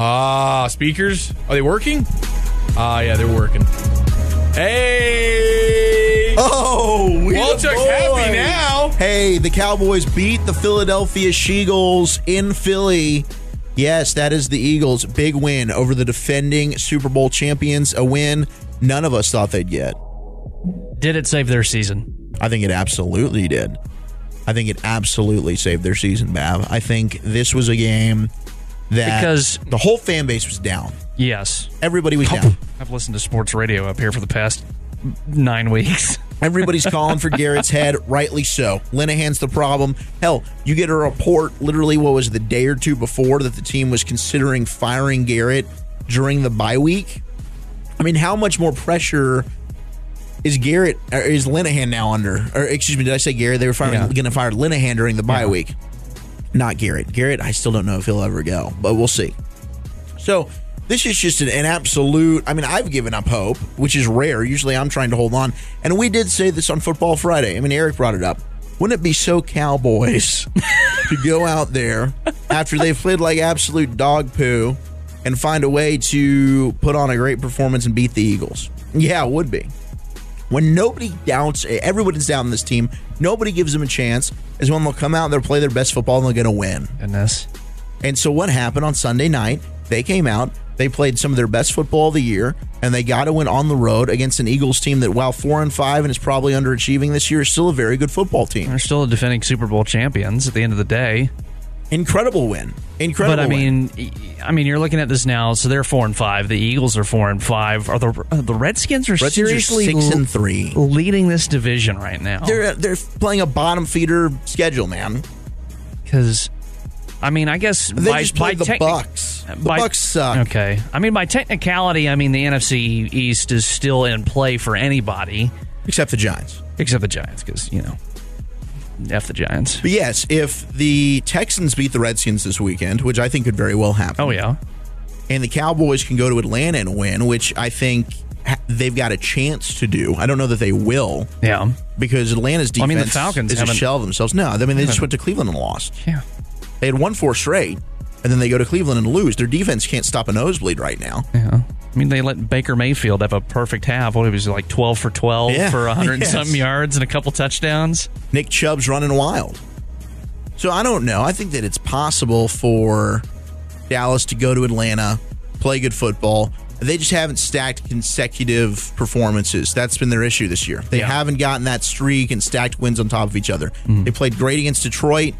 Ah, speakers, are they working? Ah, yeah, they're working. Hey,
Oh, we the
Walchuk's
boys.
happy now.
Hey, the Cowboys beat the Philadelphia Sheagles in Philly. Yes, that is the Eagles' big win over the defending Super Bowl champions. A win none of us thought they'd get.
Did it save their season?
I think it absolutely did. I think it absolutely saved their season, Bab. I think this was a game that
Because-
the whole fan base was down.
Yes.
Everybody was down.
I've listened to sports radio up here for the past nine weeks.
Everybody's calling for Garrett's head, rightly so. Linehan's the problem. Hell, you get a report literally what was it, the day or two before that the team was considering firing Garrett during the bye week. I mean, how much more pressure is Garrett or is Linehan now under? Or excuse me, did I say Garrett? They were firing,
Yeah.
going to fire Linehan during the bye week, not Garrett. Garrett, I still don't know if he'll ever go, but we'll see. So this is just an, an absolute. I mean, I've given up hope, which is rare. Usually, I'm trying to hold on. And we did say this on Football Friday. I mean, Eric brought it up. Wouldn't it be so Cowboys to go out there after they've played like absolute dog poo and find a way to put on a great performance and beat the Eagles? Yeah, it would be when nobody doubts everybody's down on this team nobody gives them a chance is when they'll come out and they'll play their best football and they're going to win
Goodness.
and so what happened on sunday night they came out they played some of their best football of the year and they got to win on the road against an eagles team that while four and five and is probably underachieving this year is still a very good football team
They're still the defending Super Bowl champions at the end of the day.
incredible win incredible
But I
win.
mean, y- I mean, you're looking at this now. So they're four and five. The Eagles are four and five. Are the uh, the Redskins are
Redskins are
seriously
six and
l-
three
leading this division right now?
they're they're playing a bottom feeder schedule man
Because I mean, I guess
they
by,
just played
by
the
techni-
bucks the
by-
bucks suck
Okay, I mean by technicality, I mean the NFC East is still in play for anybody
except the giants
except the Giants, because you know, f the Giants.
But yes, if the Texans beat the Redskins this weekend, which I think could very well happen,
Oh yeah,
and the Cowboys can go to Atlanta and win, which I think ha- they've got a chance to do. I don't know that they will
yeah,
because Atlanta's defense
I mean, the Falcons
is a
haven't-
shell of themselves. No, I mean they just went to Cleveland and lost.
yeah.
They had won four straight, and then they go to Cleveland and lose. Their defense can't stop a nosebleed right now.
Yeah. I mean, they let Baker Mayfield have a perfect half. What it was like twelve for twelve
Yeah.
for hundred
Yes.
and some yards and a couple touchdowns.
Nick Chubb's running wild. So I don't know. I think that it's possible for Dallas to go to Atlanta, play good football. They just haven't stacked consecutive performances. That's been their issue this year. They
Yeah.
haven't gotten that streak and stacked wins on top of each other. They played great against Detroit,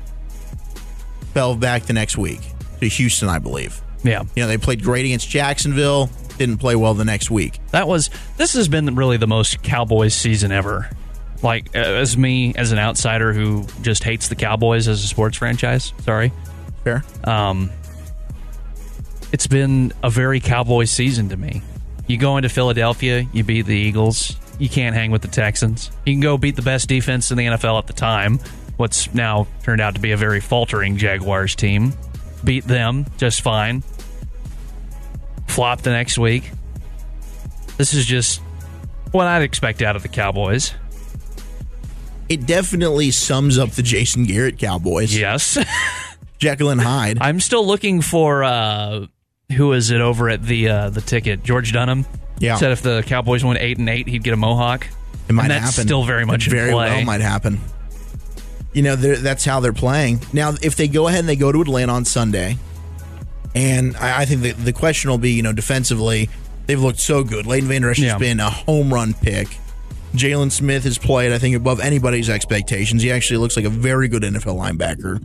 fell back the next week to Houston, I believe.
Yeah,
You know, they played great against Jacksonville, didn't play well the next week.
that was. This has been really the most Cowboys season ever. Like uh, as me as an outsider who just hates the Cowboys as a sports franchise. Sorry,
Fair?
um, it's been a very Cowboys season to me. You go into Philadelphia, you beat the Eagles, you can't hang with the Texans. You can go beat the best defense in the NFL at the time, what's now turned out to be a very faltering Jaguars team. Beat them just fine. Flop the next week. This is just what I'd expect out of the Cowboys.
It definitely sums up the Jason Garrett Cowboys.
Yes.
Jekyll and Hyde.
I'm still looking for uh, who is it over at the uh, the ticket? George Dunham.
Yeah.
Said if the Cowboys went eight and eight, he'd get a mohawk.
It might
and that's
happen.
Still very much
It very
in play.
well might happen. You know they're- that's how they're playing now. If they go ahead and they go to Atlanta on Sunday, and I, I think the, the question will be, you know, defensively, they've looked so good. Leighton Van Der Esch
Yeah.
has been a home run pick. Jalen Smith has played, I think, above anybody's expectations. He actually looks like a very good NFL linebacker.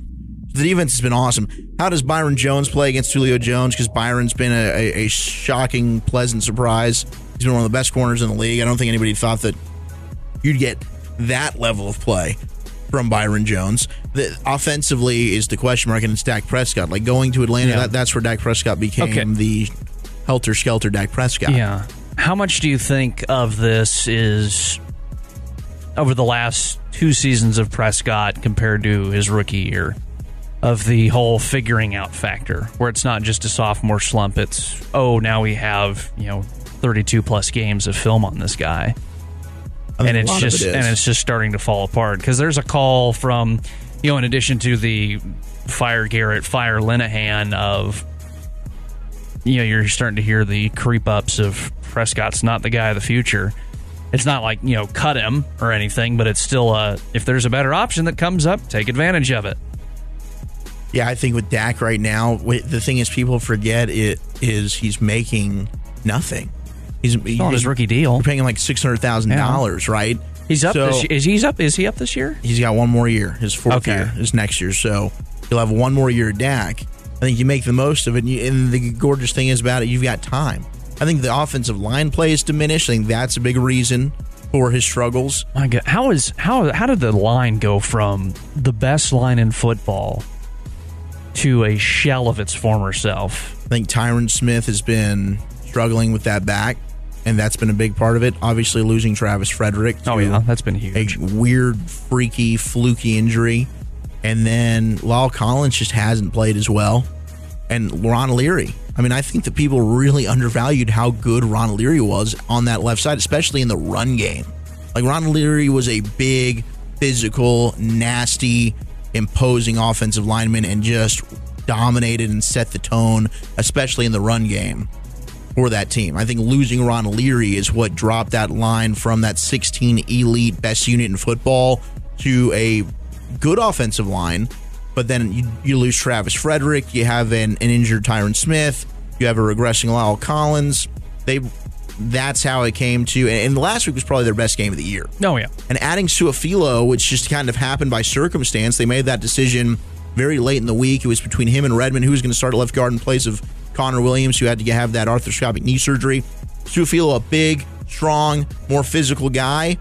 The defense has been awesome. How does Byron Jones play against Julio Jones? Because Byron's been a, a, a shocking, pleasant surprise. He's been one of the best corners in the league. I don't think anybody thought that you'd get that level of play from Byron Jones. The, offensively is the question mark, and it's Dak Prescott. Like going to Atlanta,
Yeah.
that, that's where Dak Prescott became
Okay.
the helter skelter Dak Prescott.
Yeah. How much do you think of this is over the last two seasons of Prescott compared to his rookie year? Of the whole figuring out factor, where it's not just a sophomore slump, it's oh now we have you know thirty two plus games of film on this guy.
I think
and
a
it's
lot of
just
it is.
and it's just starting to fall apart because there's a call from you know in addition to the fire Garrett fire Linehan of you know you're starting to hear the creep ups of Prescott's not the guy of the future It's not like, you know, cut him or anything, but it's still, uh, if there's a better option that comes up, take advantage of it.
Yeah, I think with Dak right now, wi- the thing is people forget it is he's making nothing. He's he's
on his rookie deal.
You're paying him like six hundred thousand dollars, right?
He's up.
So
this, is he's up? Is he up this year?
he's got one more year. His fourth
Okay.
year is next year, so you'll have one more year at Dak. I think you make the most of it. And, you, and the gorgeous thing is about it, you've got time. I think the offensive line play is diminished. I think that's a big reason for his struggles.
My God, how is how how did the line go from the best line in football to a shell of its former self?
I think Tyron Smith has been struggling with that back, and that's been a big part of it. Obviously, losing Travis Frederick. to
Oh yeah, that's been
a
huge.
weird, freaky, fluky injury. And then Lyle Collins just hasn't played as well. And Ron Leary. I mean, I think that people really undervalued how good Ron Leary was on that left side, especially in the run game. Like, Ron Leary was a big, physical, nasty, imposing offensive lineman and just dominated and set the tone, especially in the run game for that team. I think losing Ron Leary is what dropped that line from that 16 elite best unit in football to a good offensive line. But then you, you lose Travis Frederick, you have an, an injured Tyron Smith, you have a regressing Lyle Collins. They that's how it came to and, and last week was probably their best game of the year.
Oh yeah,
And adding Suafilo, which just kind of happened by circumstance, they made that decision very late in the week. It was between him and Redmond, who was going to start at left guard in place of Connor Williams, who had to have that arthroscopic knee surgery. Suafilo, a big, strong, more physical guy.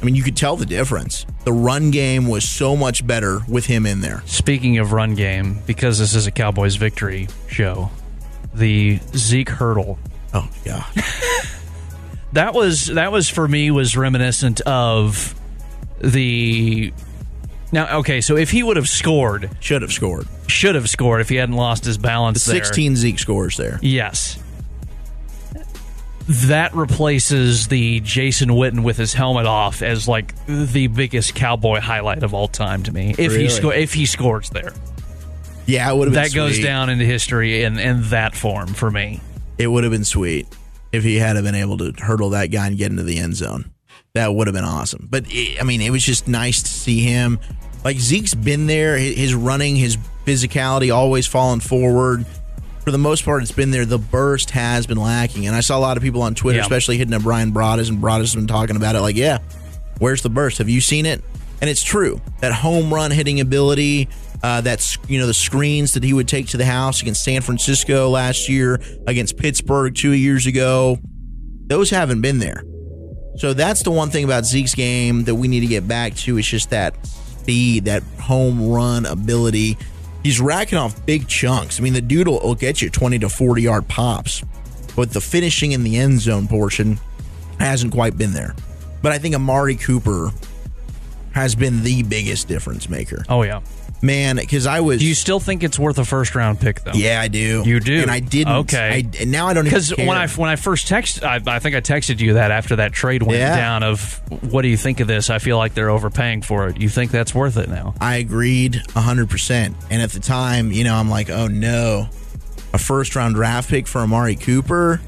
I mean, you could tell the difference. The run game was so much better with him in there.
Speaking of run game, because this is a Cowboys victory show, the Zeke hurdle
Oh, yeah.
that was that was for me was reminiscent of the. Now, okay, so if he would have scored,
Should have scored.
should have scored if he hadn't lost his balance. there.
16 Zeke scores there.
Yes. That replaces the Jason Witten with his helmet off as like the biggest cowboy highlight of all time to me. If
Really?
he sco- if he scores there,
Yeah, it would have been
that goes
sweet.
down into history in, in that form for me.
It would have been sweet if he had been able to hurdle that guy and get into the end zone. That would have been awesome. But it, I mean, it was just nice to see him. Like Zeke's been there, hi- his running, his physicality, always falling forward. For the most part, it's been there. The burst has been lacking, and I saw a lot of people on Twitter,
Yeah.
especially hitting at Brian Broaddus, and Broaddus has been talking about it. Like, yeah, where's the burst? Have you seen it? And it's true that home run hitting ability, uh, that's you know the screens that he would take to the house against San Francisco last year, against Pittsburgh two years ago, those haven't been there. So that's the one thing about Zeke's game that we need to get back to is just that speed, that home run ability. He's racking off big chunks. I mean, the dude will, will get you 20 to 40 yard pops, but the finishing in the end zone portion hasn't quite been there. But I think Amari Cooper has been the biggest difference maker.
Oh yeah.
Man, because I was.
Do you still think it's worth a first round pick though?
yeah, I do.
You do?
And I didn't.
Okay.
I, and now I don't even
Because
care.
when I when I first texted, I, I think I texted you that after that trade went
Yeah.
down. Of what do you think of this? I feel like they're overpaying for it. You think that's worth it now?
I agreed 100%. And at the time, you know, I'm like, oh no, a first round draft pick for Amari Cooper?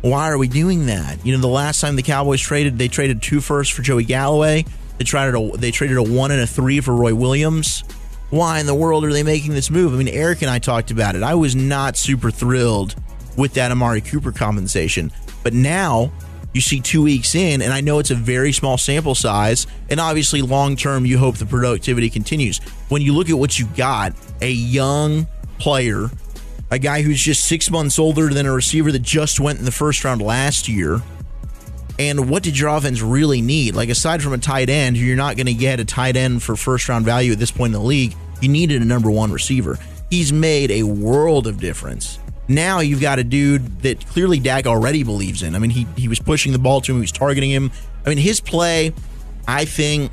Why are we doing that? You know, the last time the Cowboys traded, they traded two firsts for Joey Galloway. They traded a, they traded a one and a three for Roy Williams. Why in the world are they making this move? I mean, Eric and I talked about it. I was not super thrilled with that Amari Cooper compensation. But now you see two weeks in, and I know it's a very small sample size. And obviously, long term, you hope the productivity continues. When you look at what you got, a young player, a guy who's just six months older than a receiver that just went in the first round last year. And what did your offense really need? Like, aside from a tight end, who you're not going to get a tight end for first round value at this point in the league. You needed a number one receiver. He's made a world of difference. Now you've got a dude that clearly Dak already believes in. I mean, he, he was pushing the ball to him, he was targeting him. I mean, his play, I think,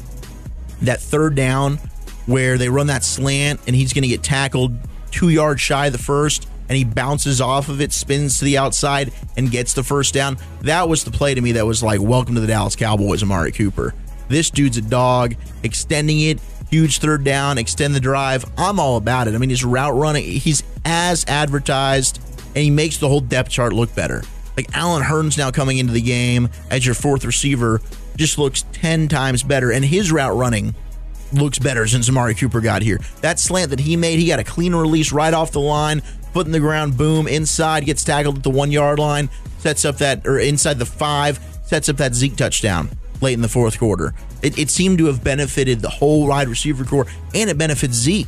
that third down where they run that slant and he's going to get tackled two yards shy of the first and he bounces off of it, spins to the outside, and gets the first down. That was the play to me that was like, welcome to the Dallas Cowboys, Amari Cooper. This dude's a dog, extending it, huge third down, extend the drive. I'm all about it. I mean, his route running, he's as advertised, and he makes the whole depth chart look better. Like Alan Hearns now coming into the game as your fourth receiver just looks 10 times better. And his route running looks better since Amari Cooper got here. That slant that he made, he got a clean release right off the line, foot in the ground, boom, inside, gets tackled at the one yard line, sets up that, or inside the five, sets up that Zeke touchdown late in the fourth quarter. It, it seemed to have benefited the whole wide receiver core, and it benefits Zeke.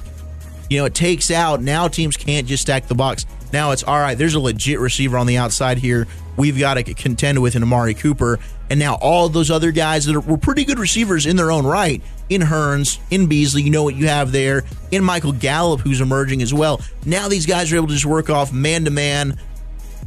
You know, it takes out now teams can't just stack the box. Now it's all right, there's a legit receiver on the outside here. We've got to contend with an Amari Cooper. And now all those other guys that are, were pretty good receivers in their own right, in Hearns, in Beasley, you know what you have there, in Michael Gallup, who's emerging as well. Now these guys are able to just work off man to man,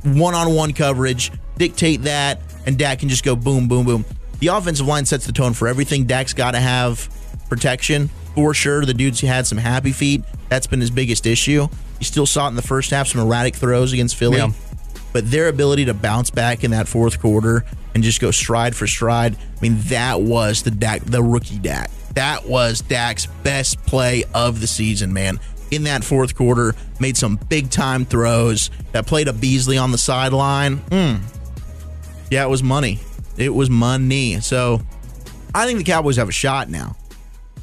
one on one coverage, dictate that, and Dak can just go boom, boom, boom. The offensive line sets the tone for everything. Dak's got to have protection for sure. The dude's had some happy feet. That's been his biggest issue. You still saw it in the first half, some erratic throws against Philly.
Yeah.
But their ability to bounce back in that fourth quarter and just go stride for stride, I mean, that was the Dak, the rookie Dak. That was Dak's best play of the season, man. In that fourth quarter, made some big time throws that played a Beasley on the sideline. Mm. Yeah, it was money. It was money. So I think the Cowboys have a shot now.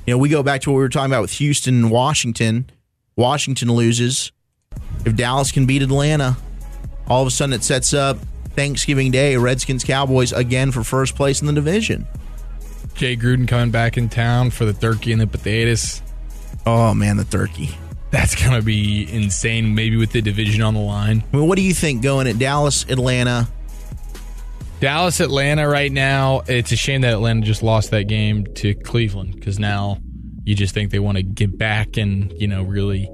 You know, we go back to what we were talking about with Houston and Washington. Washington loses. If Dallas can beat Atlanta, all of a sudden it sets up Thanksgiving Day, Redskins Cowboys again for first place in the division.
Jay Gruden coming back in town for the turkey and the potatoes.
Oh man, the turkey.
That's gonna be insane. Maybe with the division on the line.
I mean, what do you think going at Dallas, Atlanta?
Dallas, Atlanta right now. It's a shame that Atlanta just lost that game to Cleveland because now you just think they want to get back and you know really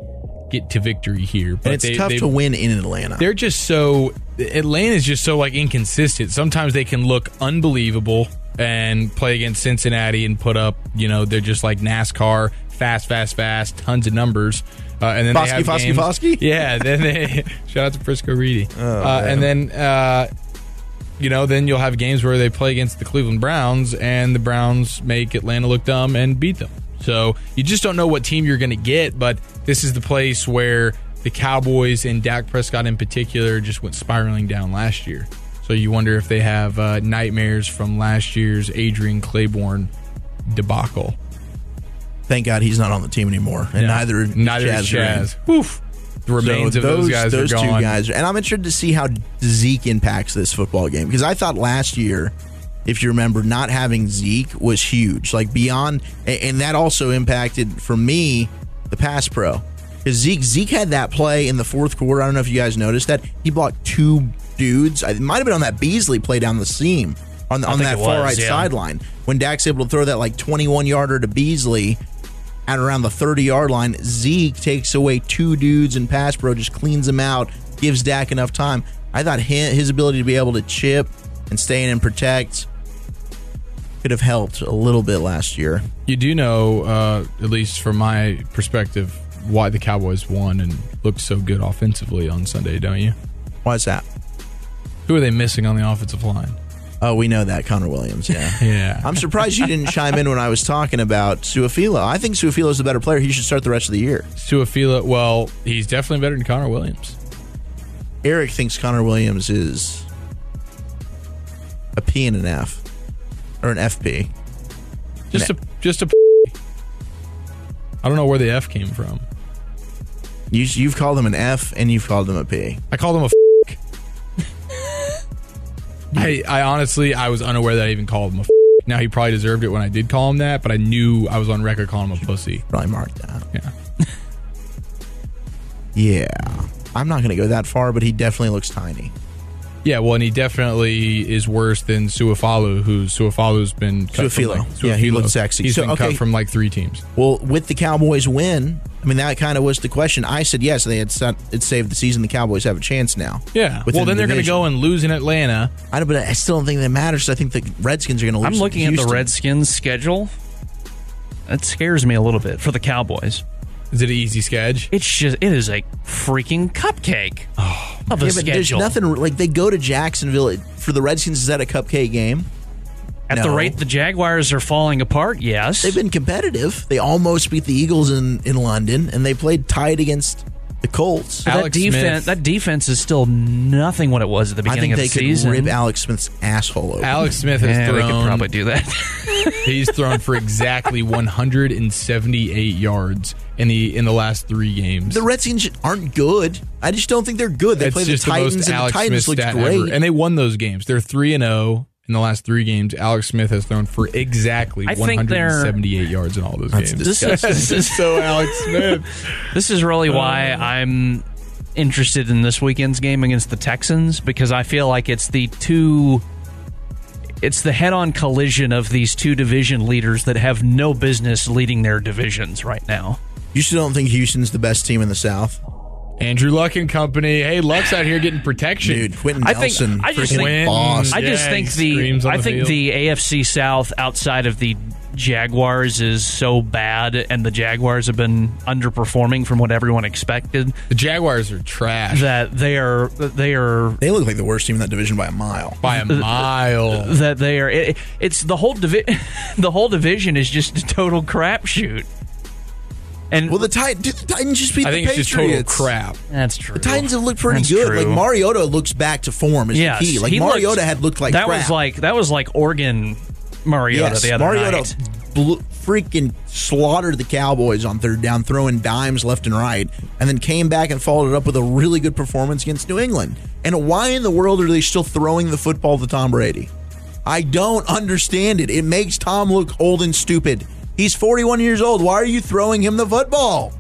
get to victory here. But
And it's
they-
tough
they-
to win in Atlanta.
They're just so Atlanta's just so like inconsistent. Sometimes they can look unbelievable and play against Cincinnati and put up you know they're just like NASCAR fast, fast, fast, tons of numbers. Uh, and then
Foskey,
they have
Foskey,
games-
Foskey?
Yeah, then they shout out to Frisco Reedy.
Oh,
uh, and then uh, you know, then you'll have games where they play against the Cleveland Browns and the Browns make Atlanta look dumb and beat them. So you just don't know what team you're going to get, but this is the place where the Cowboys and Dak Prescott in particular just went spiraling down last year. So you wonder if they have uh, nightmares from last year's Adrian Claiborne debacle.
Thank God he's not on the team anymore, and neither
neither
Chaz
is
Green.
Chaz. Oof. The
So
remains of those, guys
those
are
two
gone.
guys, are- and I'm interested to see how Zeke impacts this football game because I thought last year, if you remember, not having Zeke was huge, like beyond, a- and that also impacted for me the pass pro because Zeke Zeke had that play in the fourth quarter. I don't know if you guys noticed that he blocked two dudes. I- It might have been on that Beasley play down the seam on the, on
think
that
it
far
was,
right
yeah.
sideline when Dak's able to throw that like 21 yarder to Beasley at around the 30 yard line. Zeke takes away two dudes and pass pro just cleans them out, gives Dak enough time. I thought hi- his ability to be able to chip and stay in and protect could have helped a little bit last year.
You do know, uh, at least from my perspective, why the Cowboys won and looked so good offensively on Sunday, don't you?
Why is that?
Who are they missing on the offensive line?
Oh, we know that Connor Williams. Yeah.
Yeah.
I'm surprised you didn't chime in when I was talking about Suafila. I think Suafila's the better player. He should start the rest of the year.
Suafila, well, he's definitely better than Connor Williams.
Eric thinks Connor Williams is a P and an F or an FP.
Just a just a I don't know where the F came from.
You, you've called him an F and you've called him a P.
I called him a I I honestly I was unaware that I even called him a Now he probably deserved it when I did call him that, but I knew I was on record calling him a pussy.
Probably marked that.
Yeah.
Yeah. I'm not going to go that far, but he definitely looks tiny.
Yeah, well, and he definitely is worse than Suafalu, who Suafalu's been cut
Suafilo.
From like,
Yeah, he
Suafilo.
looked sexy.
He's
So,
been
okay.
cut from like three teams.
Well, with the Cowboys win, I mean, that kind of was the question. I said yes, they had set, it saved the season. The Cowboys have a chance now.
Yeah.
within
well, then
the
they're going to
division.
go and lose in Atlanta.
I don't, but I still don't think that matters. I think the Redskins are going to lose.
I'm
to
looking at the
Houston.
Redskins schedule. That scares me a little bit for the Cowboys.
Is it an easy sketch?
It's just it is a freaking cupcake of a
Oh, Yeah, but there's
schedule.
nothing like they go to Jacksonville for the Redskins. Is that a cupcake game?
At the
No.
rate the Jaguars are falling apart, yes.
They've been competitive. They almost beat the Eagles in in London, and they played tight against the Colts.
But
Alex
that defense,
Smith.
that defense is still nothing what it was at the
I
beginning
think
of
they
the
could
season.
rip Alex Smith's asshole open.
Alex Smith has
yeah, they
thrown.
could probably do that.
He's thrown for exactly 178 yards in the in the last three games.
the Redskins aren't good. I just don't think they're good. They
That's
play the
just
Titans,
the most
and the
Alex
Titans
Smith
looked
stat
great.
ever. and they won those games. They're three and zero in the last three games. Alex Smith has thrown for exactly
I think they're-
178 yards in all those
That's
games.
This is-
That's just so Alex Smith.
This is really why I'm interested in this weekend's game against the Texans because I feel like it's the two it's the head-on collision of these two division leaders that have no business leading their divisions right now.
you still don't think Houston's the best team in the South,
Andrew Luck and company. Hey, Luck's out here getting protection.
dude? Quentin
I think-
Nelson,
I just
freaking
think-
boss.
I just
Yeah,
think
he
the
screams on
I
the
think
field.
the AFC South outside of the Jaguars is so bad and the Jaguars have been underperforming from what everyone expected
The Jaguars are trash
that they are they are
they look like the worst team in that division by a mile.
by a mile.
that they are. It, it's the whole divi- the whole division is just a total crapshoot. And
Well, the, Tit- did the Titans just beat
I
the
think it's
Patriots.
just total crap.
that's true. The
Titans have looked pretty good. Like Mariota looks back to form. Is the
yes,
key. Like
he
Mariota
looked-
had looked like
that
crap.
was like that was like Oregon Mariota
yes,
the other
Mariota
night.
blew- freaking slaughtered the Cowboys on third down, throwing dimes left and right, and then came back and followed it up with a really good performance against New England. And why in the world are they still throwing the football to Tom Brady? I don't understand it. It makes Tom look old and stupid. He's 41 years old. Why are you throwing him the football?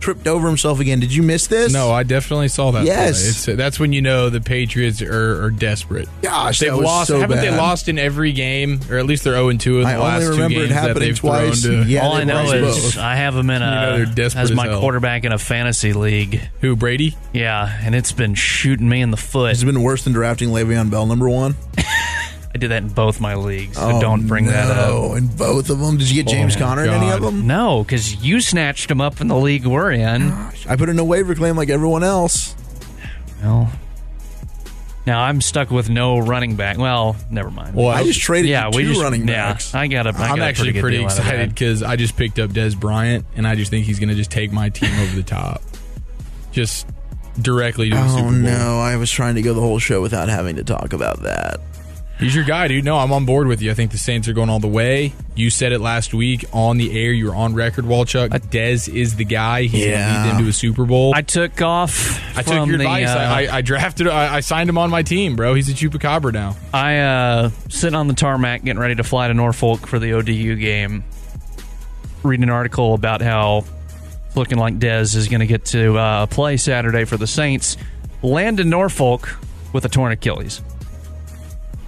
Tripped over himself again. Did you miss this?
No, I definitely saw that. play.
Yes.
It's- that's when you know the Patriots are, are desperate.
Gosh,
they've
that was
lost.
so
haven't they
bad.
lost in every game, or at least they're zero and two in the
I
last
only
two
remember it
games that
happening
they've
twice.
thrown to?
Yeah,
All I
they
know
lost both.
is I have him in a
know, they're desperate
as
as
my
hell.
quarterback in a fantasy league.
Who Brady?
Yeah, and it's been shooting me in the foot.
Has it been worse than drafting Le'Veon Bell number one?
I did that in both my leagues, so don't bring that up. Oh
Oh, in Oh, both of them. Did you get James
my
Conner in any of
God.
them?
No, because you snatched him up in the league we're in.
I put in a waiver claim like everyone else.
Well, now I'm stuck with no running back. Well, never mind.
Well,
I just traded
yeah,
yeah, two
we just
running
yeah,
backs.
I got a. I
I'm
got a
actually
pretty, good
pretty
deal out of that.
excited because I just picked up Des Bryant, and I just think he's going to just take my team over the top, just directly to the Super
oh
Bowl.
no, I was trying to go the whole show without having to talk about that.
He's your guy, dude. No, I'm on board with you. I think the Saints are going all the way. You said it last week on the air. You were on record, Walchuk. Dez is the guy. He's going
Yeah.
to lead them to a Super Bowl.
I took off. from
I took your
the,
advice.
Uh,
I, I, I drafted. I, I signed him on my team, bro. He's a chupacabra now.
I uh, sitting on the tarmac, getting ready to fly to Norfolk for the ODU game. Reading an article about how it's looking like Dez is going to get to uh, play Saturday for the Saints. Land in Norfolk with a torn Achilles.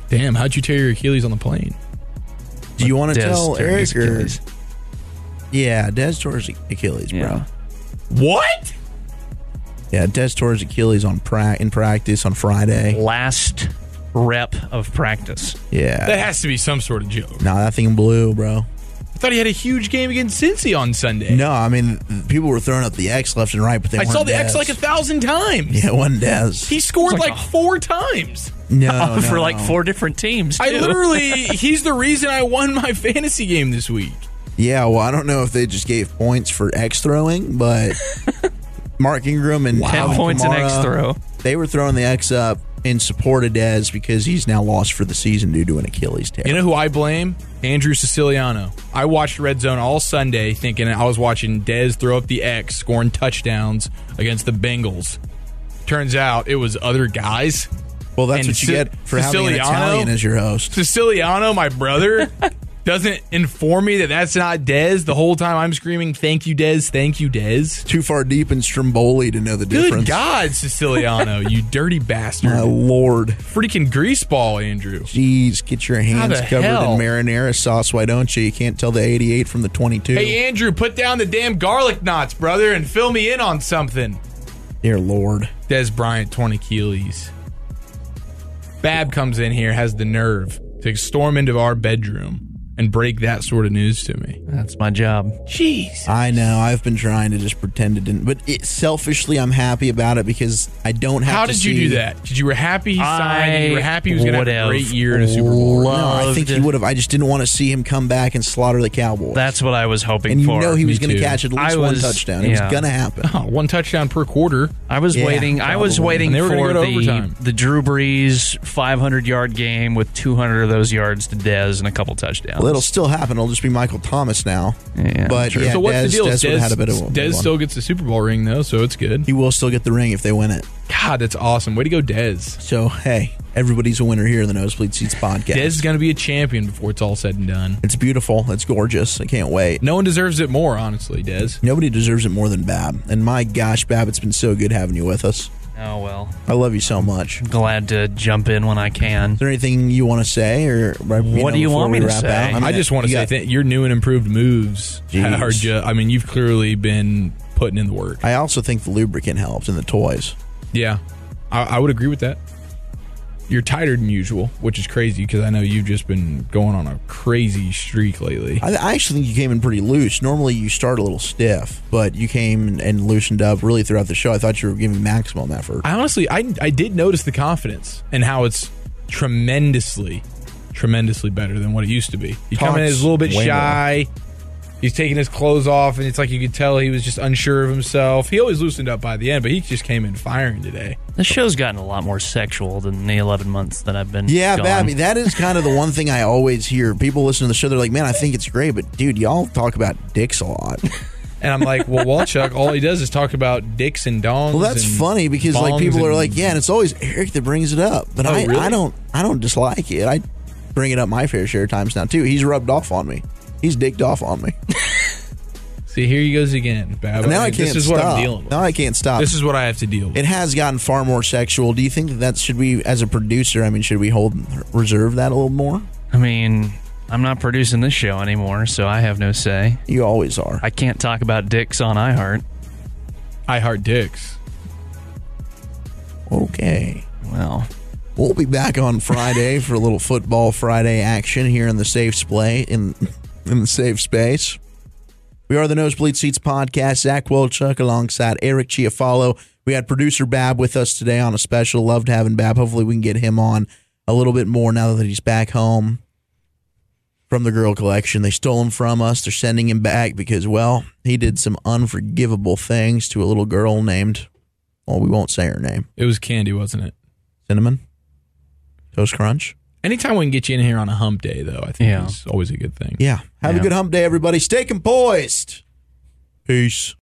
Damn, how'd you tear your Achilles on the plane?
Do you want to
Dez
tell
tearing his
Eric? or-
Achilles.
yeah, Des tore his Achilles,
Yeah.
bro.
What?
Yeah, Des tore his Achilles on pra- in practice on Friday.
Last rep of practice.
That
Yeah,
has to be some sort of joke.
nah, that thing blew, bro.
I thought he had a huge game against Cincy on Sunday.
No, I mean people were throwing up the X left and right, but they
I
weren't
saw the
Dez.
X like a thousand times.
yeah, one Des.
He scored
It's like
like,
a-
four times.
No, Oh, no,
for like
no.
four different teams.
I
too.
literally, he's the reason I won my fantasy game this week.
Yeah, well, I don't know if they just gave points for X throwing, but Mark Ingram and
ten
Alvin
points in
Kamara,
X throw.
They were throwing the X up in support of Dez because he's now lost for the season due to an Achilles tear.
You know who I blame? Andrew Siciliano. I watched Red Zone all Sunday thinking I was watching Dez throw up the X, scoring touchdowns against the Bengals. Turns out it was other guys.
well, that's
and
what you
Si-
get for having an
Siciliano?
Italian as your host.
Siciliano, my brother, doesn't inform me that that's not Dez the whole time I'm screaming, Thank you, Dez. Thank you, Dez.
Too far deep in Stromboli to know the
Good
difference.
God, Siciliano, you dirty bastard.
My lord.
Freaking greaseball, Andrew.
Jeez, get your hands
the
covered
hell?
in marinara sauce, why don't you? You can't tell the 88 from the 22.
Hey, Andrew, put down the damn garlic knots, brother, and fill me in on something.
Dear lord.
Des Bryant, 20 Achilles. Bab comes in here, has the nerve to storm into our bedroom and break that sort of news to me.
That's my job.
Jeez.
I know. I've been trying to just pretend it didn't, but it, selfishly, I'm happy about it because I don't have.
How
to
did you
see-
do that? Because you were happy he signed. and you were
I
happy he was going to have a
would've
great year in a Super Bowl.
No, I think he
loved-
would have. I just didn't want to see him come back and slaughter the Cowboys.
That's what I was hoping
and you
for.
know he
me
was going to
too.
catch at least
I
one
was-
touchdown. It
yeah.
was going to happen.
Oh, one touchdown per quarter.
I was
Yeah,
waiting. I was
probably.
waiting
And they were gonna
for
go to
the,
overtime.
the Drew Brees 500 yard game with 200 of those yards to Dez and a couple touchdowns.
Well, it'll still happen. It'll just be Michael Thomas now.
Yeah,
but
true.
yeah,
so what's
Dez,
the deal?
Dez would've
Dez,
had a bit of a
Dez
one.
still gets the Super Bowl ring though, so it's good.
He will still get the ring if they win it.
God, that's awesome. Way to go, Dez.
So hey, everybody's a winner here in the Nosebleed Seats podcast.
Dez is going to be a champion before it's all said and done.
It's beautiful. It's gorgeous. I can't wait.
No one deserves it more, honestly, Dez.
Nobody deserves it more than Bab. And my gosh, Bab, it's been so good having you with us.
Oh, well.
I love you so much. Is
Glad to jump in when I can.
there anything you want to say, or what
What do you want me to say?
I just want to say that your new and improved moves
Jeez.
are ju- I mean, you've clearly been putting in the work.
I also think the lubricant helps and the toys.
Yeah, I, I would agree with that. You're tighter than usual, which is crazy because I know you've just been going on a crazy streak lately.
I, I actually think you came in pretty loose. Normally you start a little stiff, but you came and, and loosened up really throughout the show. I thought you were giving maximum effort.
I honestly, I, I did notice the confidence and how it's tremendously, tremendously better than what it used to be. You come in
Talks
as a little bit
way
shy. He's taking his clothes off, and it's like you could tell he was just unsure of himself. He always loosened up by the end, but he just came in firing today.
The show's gotten a lot more sexual than the 11 months that I've been.
yeah,
gone.
Babby, that is kind of the one thing I always hear. People listen to the show, they're like, man, I think it's great, but dude, y'all talk about dicks a lot.
And I'm like, well, Walchuk, all he does is talk about dicks and dongs.
Well, that's
and
funny because like
bongs
people are
and-
like, yeah, and it's always Eric that brings it up, but
Oh,
I,
really?
I don't I don't dislike it. I bring it up my fair share of times now too. He's rubbed off on me. He's dicked off on me.
See, here he goes again. Bab.
now I can't
this is
stop.
what I'm dealing with.
Now I can't stop.
This is what I have to deal with.
it has gotten far more sexual. Do you think that, that should we, as a producer, I mean, should we hold reserve that a little more?
I mean, I'm not producing this show anymore, so I have no say.
You always are.
I can't talk about dicks on iHeart.
I heart dicks.
Okay.
Well,
We'll be back on Friday for a little football Friday action here in the safe splay in in the safe space. We are the Nosebleed Seats podcast. Zach Wolchuk alongside Eric Chiafalo. We had producer Bab with us today on a special. Loved having Bab. Hopefully, we can get him on a little bit more now that he's back home from the girl collection. They stole him from us. They're sending him back because, well, he did some unforgivable things to a little girl named, well, we won't say her name,
It was candy, wasn't it?
Cinnamon Toast Crunch.
Anytime we can get you in here on a hump day, though, I think
Yeah.
is always a good thing.
Yeah. Have a
Yeah.
good hump day, everybody. Stay composed. Peace.